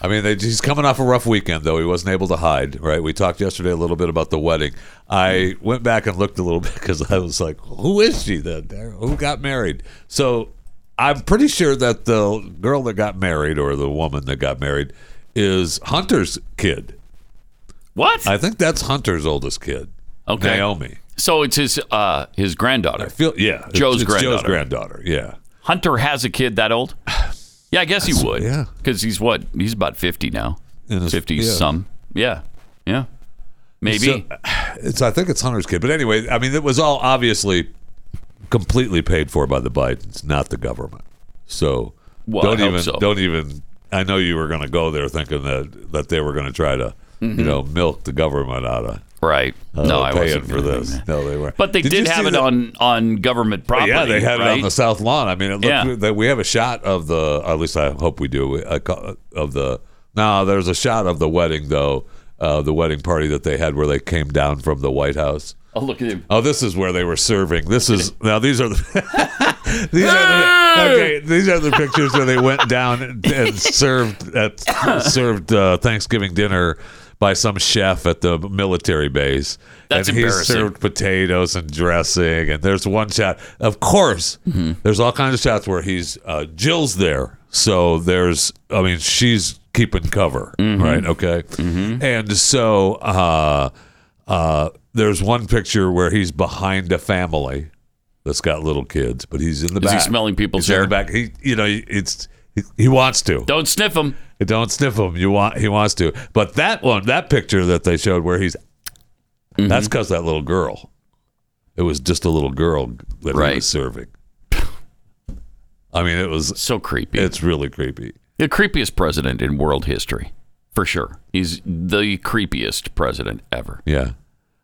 I mean, they, he's coming off a rough weekend, though. He wasn't able to hide, right? We talked yesterday a little bit about the wedding. I went back and looked a little bit because I was like, who is she then? There- Who got married? So I'm pretty sure that the girl that got married or the woman that got married is Hunter's kid. What? I think that's Hunter's oldest kid. Okay. Naomi. so it's his uh, his granddaughter. I feel, yeah. it's- Joe's it's Joe's granddaughter. granddaughter, yeah. Hunter has a kid that old. Yeah, I guess he would. yeah. because he's what? He's about fifty now. In his- Fifty yeah. some. Yeah, yeah. Maybe. So, it's I think it's Hunter's kid, but anyway, I mean it was all obviously completely paid for by the Bidens, not the government. So Well, I don't hope even so. don't even. I know you were going to go there thinking that that they were going to try to Mm-hmm. you know milk the government out of. right. out no, of I paying wasn't for gonna do this. that. No, they were. But they did, you see have it the- Oh, on on government property. yeah, they had it on right? the south lawn. I mean, it looked Yeah. that we have a shot of the. At least I hope we do. a co- Of the no, there's a shot of the wedding though. Uh, the wedding party that they had where they came down from the White House. Oh, look at him. Oh, this is where they were serving. This is now. These are the these are the, okay. These are the pictures where they went down and, and served at served uh, Thanksgiving dinner by some chef at the military base. That's and he embarrassing. served potatoes and dressing. And there's one shot, of course. Mm-hmm. There's all kinds of shots where he's uh, Jill's there. So there's, I mean, she's keeping cover, Mm-hmm. right? Okay, and so. uh uh, there's one picture where he's behind a family that's got little kids, but he's in the Is back. he smelling people's He's in hair? the back. He, you know, it's he, he wants to. Don't sniff him. Don't, sniff him. You want he wants to. But that one, that picture that they showed where he's that's because that little girl. It was just a little girl that he Right. was serving. I mean, it was. So creepy. It's really creepy. the creepiest president in world history, for sure. He's the creepiest president ever. Yeah.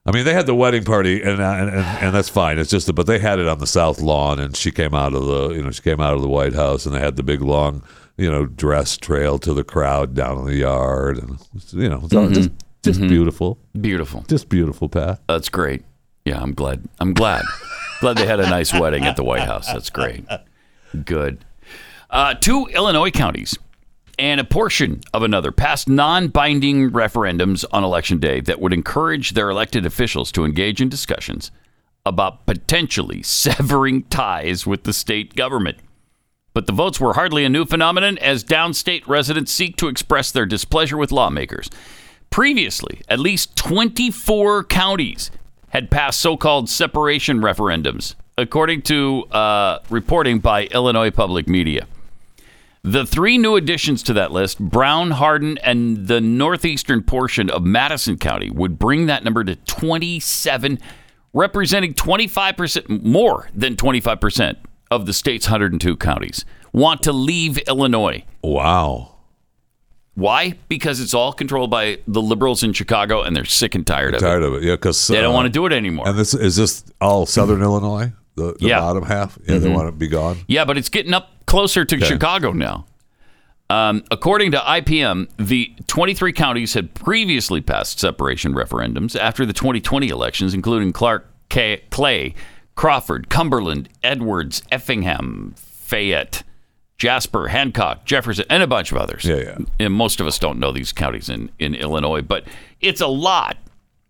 I mean, they had the wedding party, and uh, and, and, and that's fine. It's just, but they had it on the south lawn, and she came out of the, you know, she came out of the White House, and they had the big long, you know, dress trail to the crowd down in the yard, and you know, it's all Mm-hmm. just just beautiful, Beautiful. just beautiful, Pat. That's great. Yeah, I'm glad. I'm glad. glad they had a nice wedding at the White House. That's great. Good. Uh, two Illinois counties and a portion of another passed non binding referendums on Election Day that would encourage their elected officials to engage in discussions about potentially severing ties with the state government. But the votes were hardly a new phenomenon as downstate residents seek to express their displeasure with lawmakers. Previously, at least 24 counties had passed so called separation referendums, according to uh, reporting by Illinois public media. The three new additions to that list, Brown, Hardin, and the northeastern portion of Madison County, would bring that number to 27, representing 25% more than 25% of the state's 102 counties, want to leave Illinois. Wow. Why? Because it's all controlled by the liberals in Chicago and they're sick and tired of it. Tired of it, yeah, because They don't want to do it anymore. And this is this all Southern Illinois, the, the Yeah. Mm-hmm. bottom half. Yeah, they want to be gone. Yeah, but it's getting up closer to Chicago now. Um, according to IPM, the 23 counties had previously passed separation referendums after the 2020 elections, including Clark, K- Clay, Crawford, Cumberland, Edwards, Effingham, Fayette, Jasper, Hancock, Jefferson, and a bunch of others. Yeah, yeah. And most of us don't know these counties in, in Illinois, but it's a lot.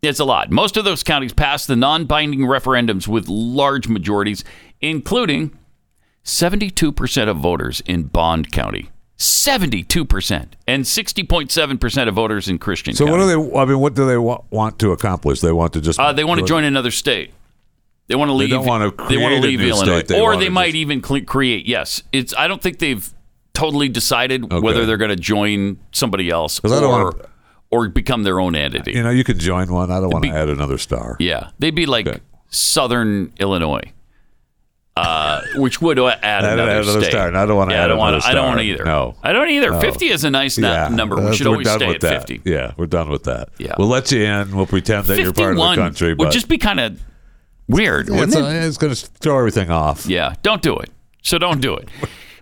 It's a lot. Most of those counties passed the non binding referendums with large majorities, including 72% of voters in Bond County. 72% and 60.7% of voters in Christian So County. what do they? I mean, what do they wa- want to accomplish? They want to just. Uh, they want to join another state. They want to leave. don't wanna they wanna create a leave new Illinois, state. They or wanna they might just- even cle create. Yes, it's. I don't think they've totally decided Okay. whether they're going to join somebody else or I don't wanna- or become their own entity. You know, you can join one. I don't want to add another star. yeah, they'd be like Okay. Southern Illinois, uh, which would add Add another, another state. star, and I don't wanna Yeah, I add don't wanna- another I don't star. want to either. No. I don't either. Fifty is a nice na- number. Uh, We should we're always done stay with at that. fifty. Yeah, we're done with that. Yeah. we'll let you in. We'll pretend that you're part of the country, would but just be kind of weird. Yeah, wouldn't it's, it? it's going to throw everything off. Yeah, don't do it. So don't do it.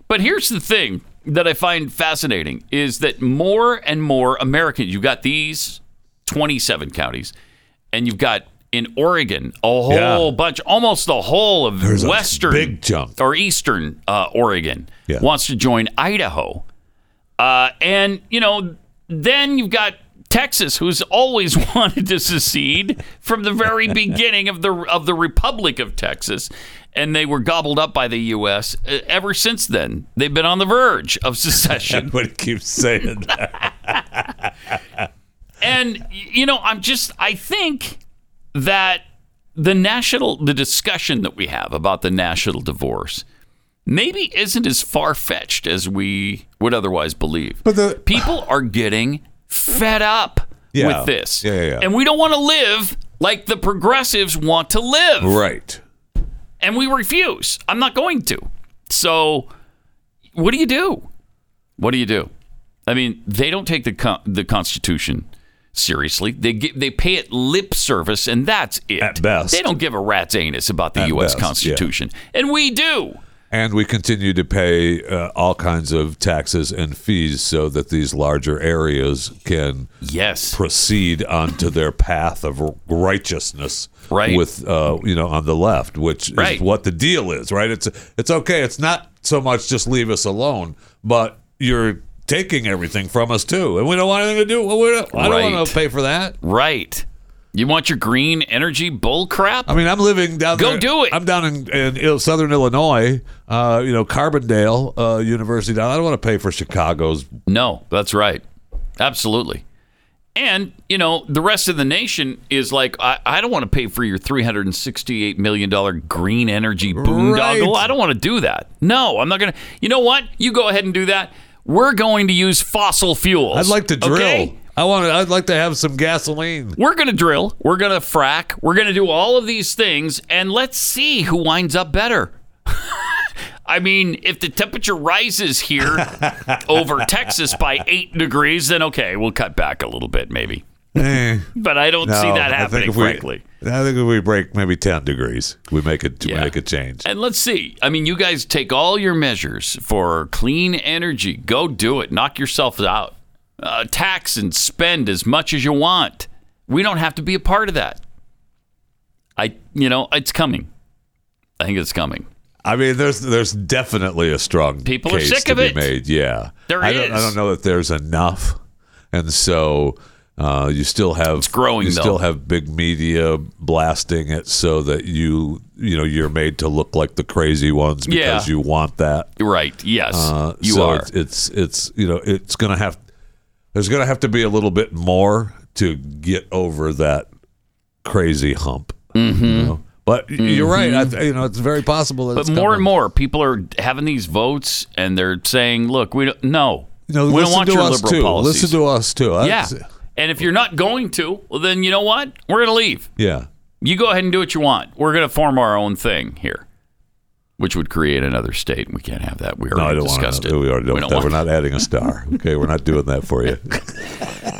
But here's the thing that I find fascinating is that more and more Americans, you've got these 27 counties, and you've got in Oregon a whole Yeah. bunch, almost the whole of a Western big jump. or Eastern uh, Oregon Yeah. wants to join Idaho. Uh, and, you know, then you've got Texas, who's always wanted to secede from the very beginning of the of the Republic of Texas, and they were gobbled up by the U.S. Uh, Ever since then, they've been on the verge of secession. Everybody keeps saying that. and y- you know, I'm just I think that the national the discussion that we have about the national divorce maybe isn't as far fetched as we would otherwise believe. But the- people are getting fed up Yeah. with this. Yeah, yeah, yeah. And we don't want to live like the progressives want to live. right. And we refuse. I'm not going to. So what do you do? What do you do? I mean, they don't take the con- the Constitution seriously. They get, they pay it lip service, and that's it. At best. they don't give a rat's anus about the At U.S. best, yeah. Constitution, and we do. And we continue to pay uh, all kinds of taxes and fees so that these larger areas can Yes, proceed onto their path of righteousness Right. with uh, you know on the left which Right. is what the deal is right it's it's okay it's not so much just leave us alone but you're taking everything from us too and we don't want anything to do well, we don't, I Right. don't want to pay for that right. You want your green energy bull crap? I mean, I'm living down Go there. do it. I'm down in, in Il- southern Illinois, uh, you know, Carbondale uh, University. down- I don't want to pay for Chicago's. No, that's right. Absolutely. And, you know, the rest of the nation is like, I, I don't want to pay for your $368 million green energy boondoggle. Right. I don't want to do that. No, I'm not going to. You know what? You go ahead and do that. We're going to use fossil fuels. I'd like to drill. okay? I want. I'd like to have some gasoline. We're going to drill. We're going to frack. We're going to do all of these things. And let's see who winds up better. I mean, if the temperature rises here over Texas by eight degrees, then okay, we'll cut back a little bit, maybe. Eh. But I don't see No, that I happening, think if we- frankly. I think if we break maybe ten degrees, we make it Yeah. make a change. And let's see. I mean, you guys take all your measures for clean energy. Go do it. Knock yourself out. Uh, tax and spend as much as you want. We don't have to be a part of that. I, you know, it's coming. I think it's coming. I mean, there's there's definitely a strong People are case sick to of be it. made. Yeah, There I is. Don't, I don't know that there's enough, and so uh, you still have it's growing, You though. still have big media blasting it so that you you know you're made to look like the crazy ones Yeah. because you want that. Right. Yes. Uh, you so are. It's, it's it's you know it's gonna have there's gonna have to be a little bit more to get over that crazy hump. You know? But y you're right. I, th- you know, it's very possible that. Mm-hmm. but it's more coming. and more people are having these votes and they're saying, look, we don't, no. You know, we listen don't want to your us liberal too. policies. Listen to us too. I- yeah. And if you're not going to, well, then you know what? We're going to leave. yeah. you go ahead and do what you want. We're going to form our own thing here, which would create another state. and We can't have that. We No, I already don't want discussed it. to. We already don't, We want that. We're want not adding a star. Okay, we're not doing that for you. that.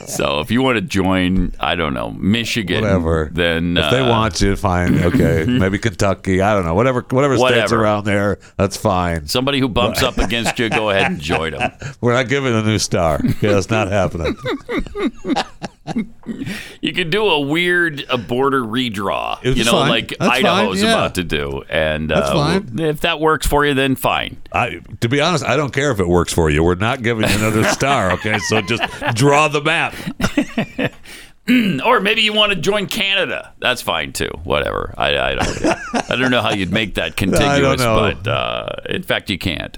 So if you want to join, I don't know, Michigan, Whatever. then if they uh, want you, fine. Okay, maybe Kentucky. I don't know. Whatever, whatever, states Whatever. around there, that's fine. somebody who bumps up against you, go ahead and join them. We're not giving a new star. Okay, that's not happening. You could do a weird a border redraw, It's you know, fine. like That's fine, Idaho's yeah. about to do, and That's uh, fine. if that works for you, then fine. I, to be honest, I don't care if it works for you. We're not giving you another star. Okay, so just draw the map. Or maybe you want to join Canada. That's fine too. Whatever. I, I don't. I don't know how you'd make that contiguous, know. but uh, in fact, you can't.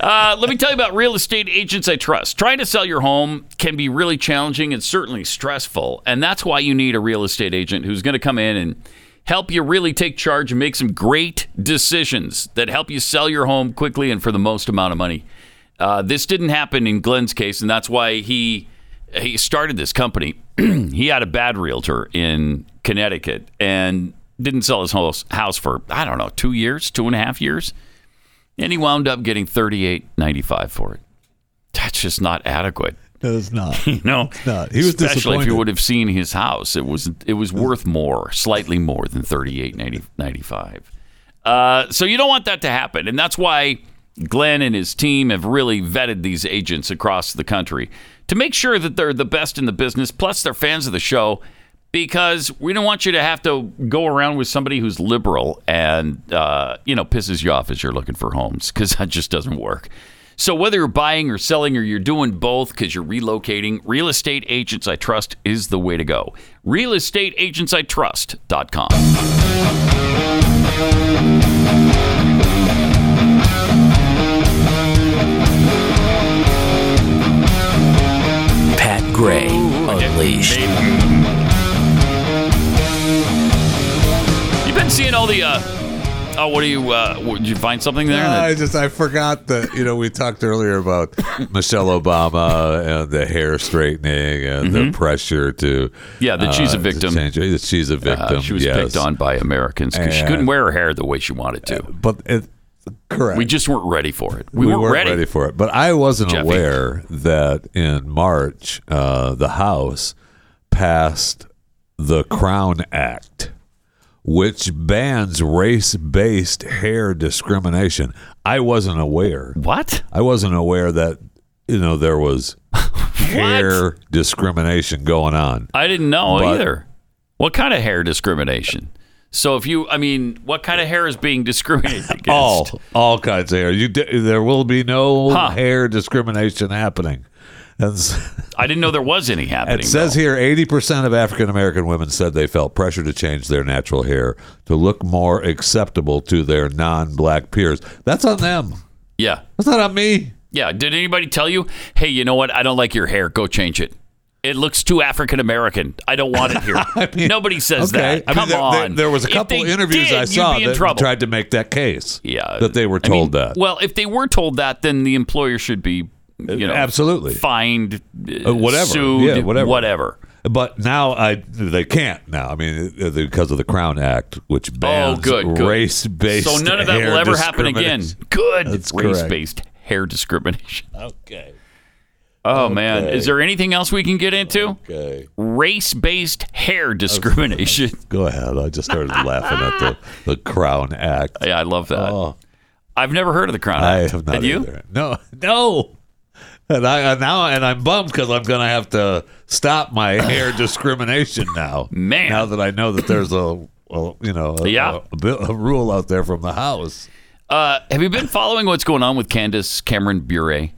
Uh, let me tell you about real estate agents I trust. Trying to sell your home can be really challenging and certainly stressful. And that's why you need a real estate agent who's going to come in and help you really take charge and make some great decisions that help you sell your home quickly and for the most amount of money. Uh, this didn't happen in Glenn's case, and that's why he he started this company. he had a bad realtor in Connecticut and didn't sell his house, house for I don't know two years, two and a half years, and he wound up getting thirty eight ninety five for it. That's just not adequate. No, it's not. You know, not. He was especially if disappointed. you would have seen his house, it was it was worth more, slightly more than thirty eight ninety five. Uh, so you don't want that to happen, and that's why Glenn and his team have really vetted these agents across the country to make sure that they're the best in the business. Plus, they're fans of the show because we don't want you to have to go around with somebody who's liberal and uh, you know pisses you off as you're looking for homes because that just doesn't work. So whether you're buying or selling or you're doing both because you're relocating, real estate agents I trust is the way to go. Realestateagentsitrust.com. Pat Gray Unleashed. You've been seeing all the uh oh what do you uh what, did you find something there? No, that- I just I forgot that you know we talked earlier about Michelle Obama and the hair straightening and the pressure to uh, Yeah, that she's a victim. to change- that she's a victim. uh, she was yes. picked on by Americans because she And- couldn't wear her hair the way she wanted to. but it, correct. we just weren't ready for it. We, weren't, ready. for it. But I wasn't Jeffy. aware that in March uh, the House passed the Crown Act, which bans race-based hair discrimination. I wasn't aware. What? I wasn't aware that you know there was hair discrimination going on. I didn't know But- either. What kind of hair discrimination? So if you, I mean, what kind of hair is being discriminated against? All all kinds of hair. You di- there will be no Huh. hair discrimination happening. And s- I didn't know there was any happening. it says though. here 80% of African American women said they felt pressure to change their natural hair to look more acceptable to their non-black peers. That's on them. yeah, That's not on me. yeah. Did anybody tell you? Hey, you know what? I don't like your hair. Go change it. It looks too African American. I don't want it here. Nobody says Okay. that. I mean, Come there, on. there- there was a If couple they interviews did, I saw you'd be in that trouble. tried to make that case. yeah, That they were I mean, told that. Well, if they were told that, then the employer should be, you know, Absolutely. fined, Uh, whatever. sued, Yeah, whatever. whatever. Oh, But now I they can't now. I mean uh, because of the Crown Act, which bans Oh, good, good. race based. So none of that will ever happen again. Good. That's correct. race-based hair discrimination. Okay. Oh man, is there anything else we can get into? Okay, Race-based hair discrimination. go ahead. I just started laughing at the the Crown Act. yeah, I love that. Oh, I've never heard of the Crown I Act. have not Had you? either. No, no. And I and now and I'm bummed because I'm going to have to stop my hair discrimination now. Man. now that I know that there's a, a you know a, Yeah. a, bill- a rule out there from the House. Uh, have you been following what's going on with Candace Cameron Bure?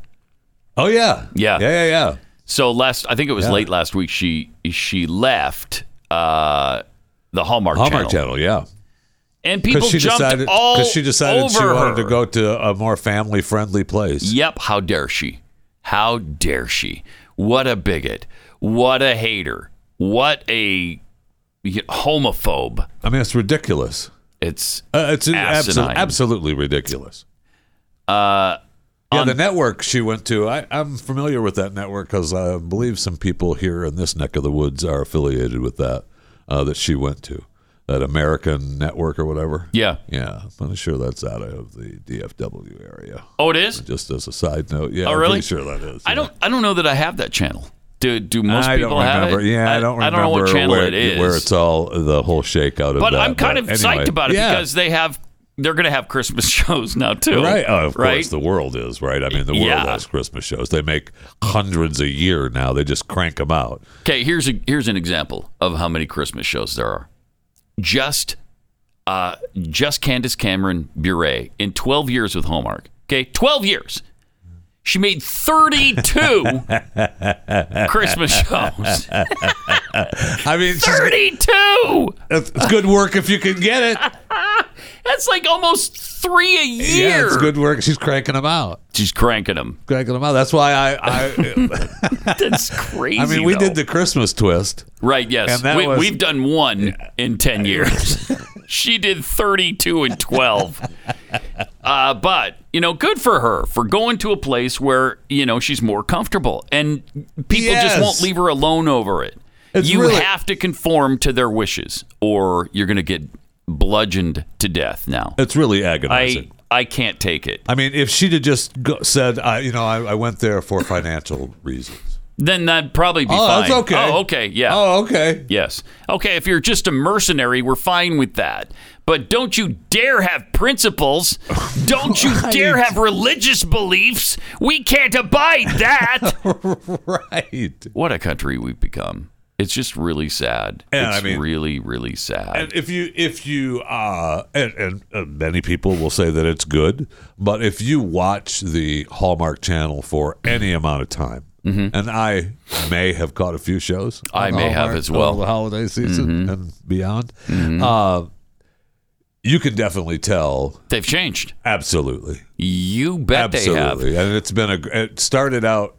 Oh yeah, Yeah. yeah, yeah, yeah. So last, I think it was late last week. She she left uh, the Hallmark, Hallmark Channel, yeah. and people she jumped decided, all she decided she over wanted to her. go to a more family friendly place. Yep. How dare she? How dare she? What a bigot. What a hater. What a homophobe. I mean, it's ridiculous. It's Uh, it's abso- Asinine. absolutely ridiculous. uh, Yeah, On- the network she went to, I, I'm familiar with that network because I believe some people here in this neck of the woods are affiliated with that uh, that she went to, that American network or whatever. yeah. Yeah, I'm pretty sure that's out of the DFW area. Oh, it is. Just as a side note, yeah, Oh, I'm really? pretty sure that is. I yeah. don't. I don't know that I have that channel. Do do most I people don't have remember. it? Yeah, I, don't remember I don't know what channel where, it is. Where it's all the whole shakeout of but that, I'm kind of but anyway. psyched about it Yeah. because they have. They're going to have Christmas shows now too. right, oh, of right. course, the world is right. I mean, the world Yeah. has Christmas shows. They make hundreds a year now. They just crank them out. Okay, here's a here's an example of how many Christmas shows there are. Just uh just Candace Cameron Bure in 12 years with Hallmark. Okay, 12 years. She made 32 Christmas shows. I mean, it's, just- 32. it's- it's good work if you can get it. That's like almost three a year. Yeah, it's good work. She's cranking them out. She's cranking them. Cranking them out. That's why I. I, That's crazy. I mean, we though. did the Christmas twist. Right, yes. And that we, was- We've done one in 10 years. she did 32 and 12. Uh, but, you know, good for her for going to a place where, you know, she's more comfortable and people just Yes. won't leave her alone over it. It's you really- have to conform to their wishes or you're going to get bludgeoned to death now. It's really I, agonizing. I can't take it. I, mean, if she'd have just go, said, I, you know, I, I went there for financial reasons. Then that'd probably be Oh, fine. that's okay. Oh, okay. Yeah. Oh, okay. Yes. Okay, if you're just a mercenary, we're fine with that. But don't you dare have principles. Don't you dare have religious beliefs. We can't abide that. Oh, Right. what a country we've become. It's just really sad. Yeah, it's I mean- really, really sad. And if you, if you, uh, and, and uh, many people will say that it's good, but if you watch the Hallmark Channel for any amount of time, and I may have caught a few shows, Mm-hmm. I on may have Hallmark as well. Mm-hmm. over the holiday season and beyond, uh, you can definitely tell. They've changed. Absolutely, You bet absolutely, and it's been a. It started out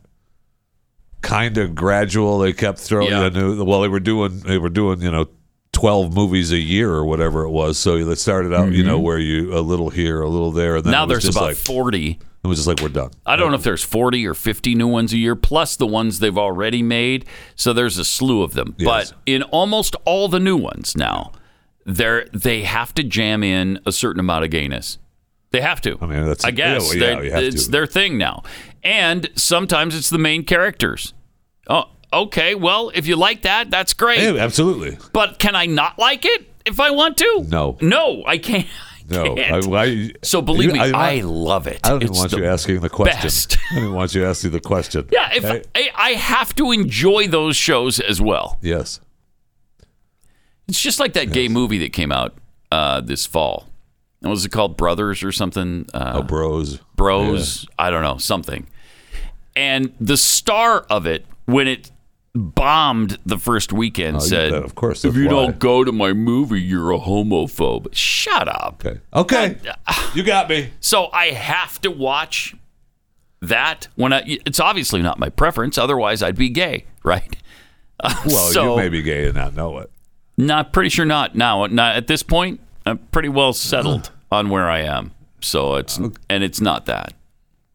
kind of gradual. They kept throwing Yeah. a new. Well, they were doing. They were doing. You know. 12 movies a year or whatever it was so it started out you know where you a little here a little there and they have. Mm-hmm. then Now it there's was just about like 40. it was just like we're done I don't know if there's 40 or 50 new ones a year, plus the ones they've already made. So there's a slew of them. Yes. But in almost all the new ones now, they they have to jam in a certain amount of gayness. They have to. I mean, that's- I guess yeah, well, yeah, They- you have it's to. their thing now. And sometimes it's the main characters. Oh, okay. Well, if you like that, that's great. Yeah, absolutely But can I not like it if I want to? No. No, I can't. I no I, can't. I- so believe me, I- I- I, love it. I don't even It's want the you asking the question. best. I didn't want you asking the question. Yeah, if Hey, I, I have to enjoy those shows as well. yes. It's just like that gay movie that came out uh, this fall. What was it called? Brothers or something? Uh, Oh, bros. Bros? I don't know, something. And the star of it, when it bombed the first weekend, Oh, you- said, that- of course, if that's you why." don't go to my movie, you're a homophobe." Shut up. Okay. Okay. uh, You got me. So I have to watch that when I. It's obviously not my preference. Otherwise, I'd be gay, right? Well, So- you may be gay and not know it. Not pretty sure not now. Not at this point. I'm pretty well settled on where I am. So it's and it's not that.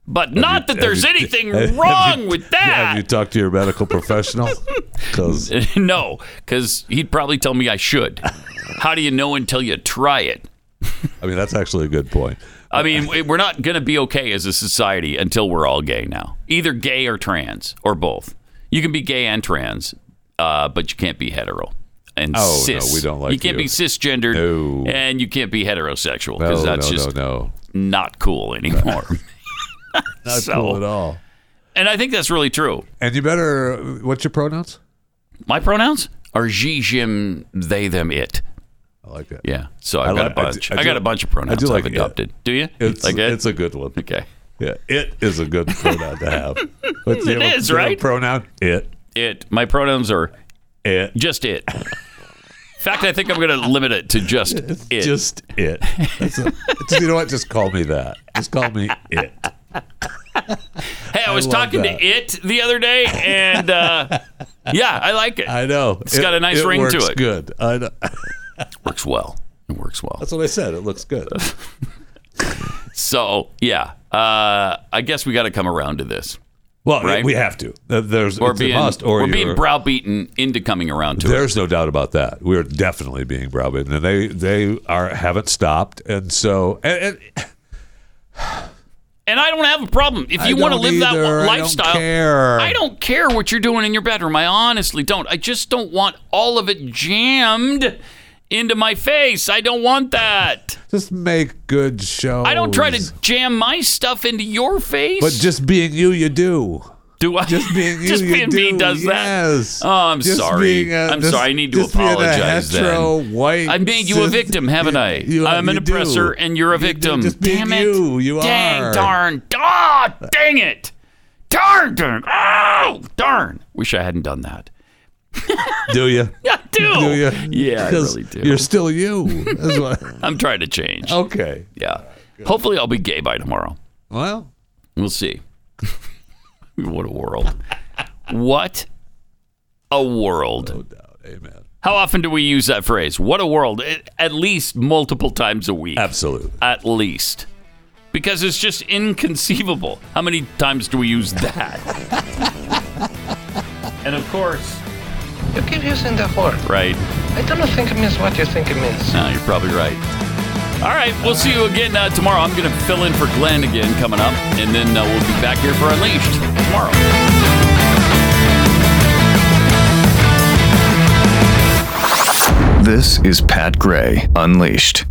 But not that there's Have you- anything have you- wrong with Have you that. talked to your medical professional? Because no, because he'd probably tell me I should. How do you know until you try it? I mean, that's actually a good point. I mean, we- we're not going to be okay as a society until we're all gay now. Either gay or trans or both. You can be gay and trans, uh, but you can't be hetero. And Oh, no, cis. we don't like You can't you. be cisgendered, No. and you can't be heterosexual because No, that's no, just no, no. not cool anymore. Not So- cool at all. and I think that's really true. And you better. What's your pronouns? My pronouns are she, him, they, them, it. I like that. Yeah. So I've I got like- a I do- bunch. I, I do- got a bunch of I do pronouns like I've it. adopted. Do you? It's, like it? it's a good one. okay. Yeah, it is a good pronoun to have. But It is, right? Pronoun it, It. My pronouns are it, Just it. In fact, I think I'm going to limit it to just it. Just it. That's a- just- you know what? Just call me that. Just call me it. hey, I was love talking that. to it the other day, and uh, yeah, I like it. I know. It's got a nice ring to it. Good. I know. works well. It works well. That's what I said. It looks good. So yeah, uh, I guess we got to come around to this, Well, Right? we have to. There- There's or it's being a must, or or being you're- browbeaten into coming around to it. There's no doubt about that. We're definitely being browbeaten, and they they are haven't stopped, and so and, and And I don't have a problem if you I want to don't live that either. I wa- don't lifestyle. care. I don't care what you're doing in your bedroom. I honestly don't. I just don't want all of it jammed into my face. I don't want that. just make good shows. I don't try to jam my stuff into your face. But just being you, you do. do I? Just being you, just you being me do. does Yes. that. Oh, I'm Just sorry. being a- I'm just- sorry. I need to just being a apologize. hetero, then white, I made you a cis- victim, haven't I? You- I'm an you do. oppressor, and you're a You do. victim. Just being damn it! you. You dang, are. darn, ah, dang it, darn, darn, oh, darn. Wish I hadn't done that. Do you? Yeah, do do. Do you? Yeah, I 'Cause really do. You're Oh. still you. That's what- I'm trying to change. okay. Yeah. Hopefully, I'll be gay by tomorrow. Well, We'll see. what a world. What a world. amen. How often do we use that phrase? What a world. At- At least multiple times a week. Absolutely. At least. Because it's just inconceivable. How many times do we use that? and of course, You keep using that word. right. I don't think it means what you think it means. No, you're probably right. All right, we'll see you again uh, tomorrow. I'm going to fill in for Glenn again coming up, and then uh, we'll be back here for Unleashed tomorrow. This is Pat Gray Unleashed.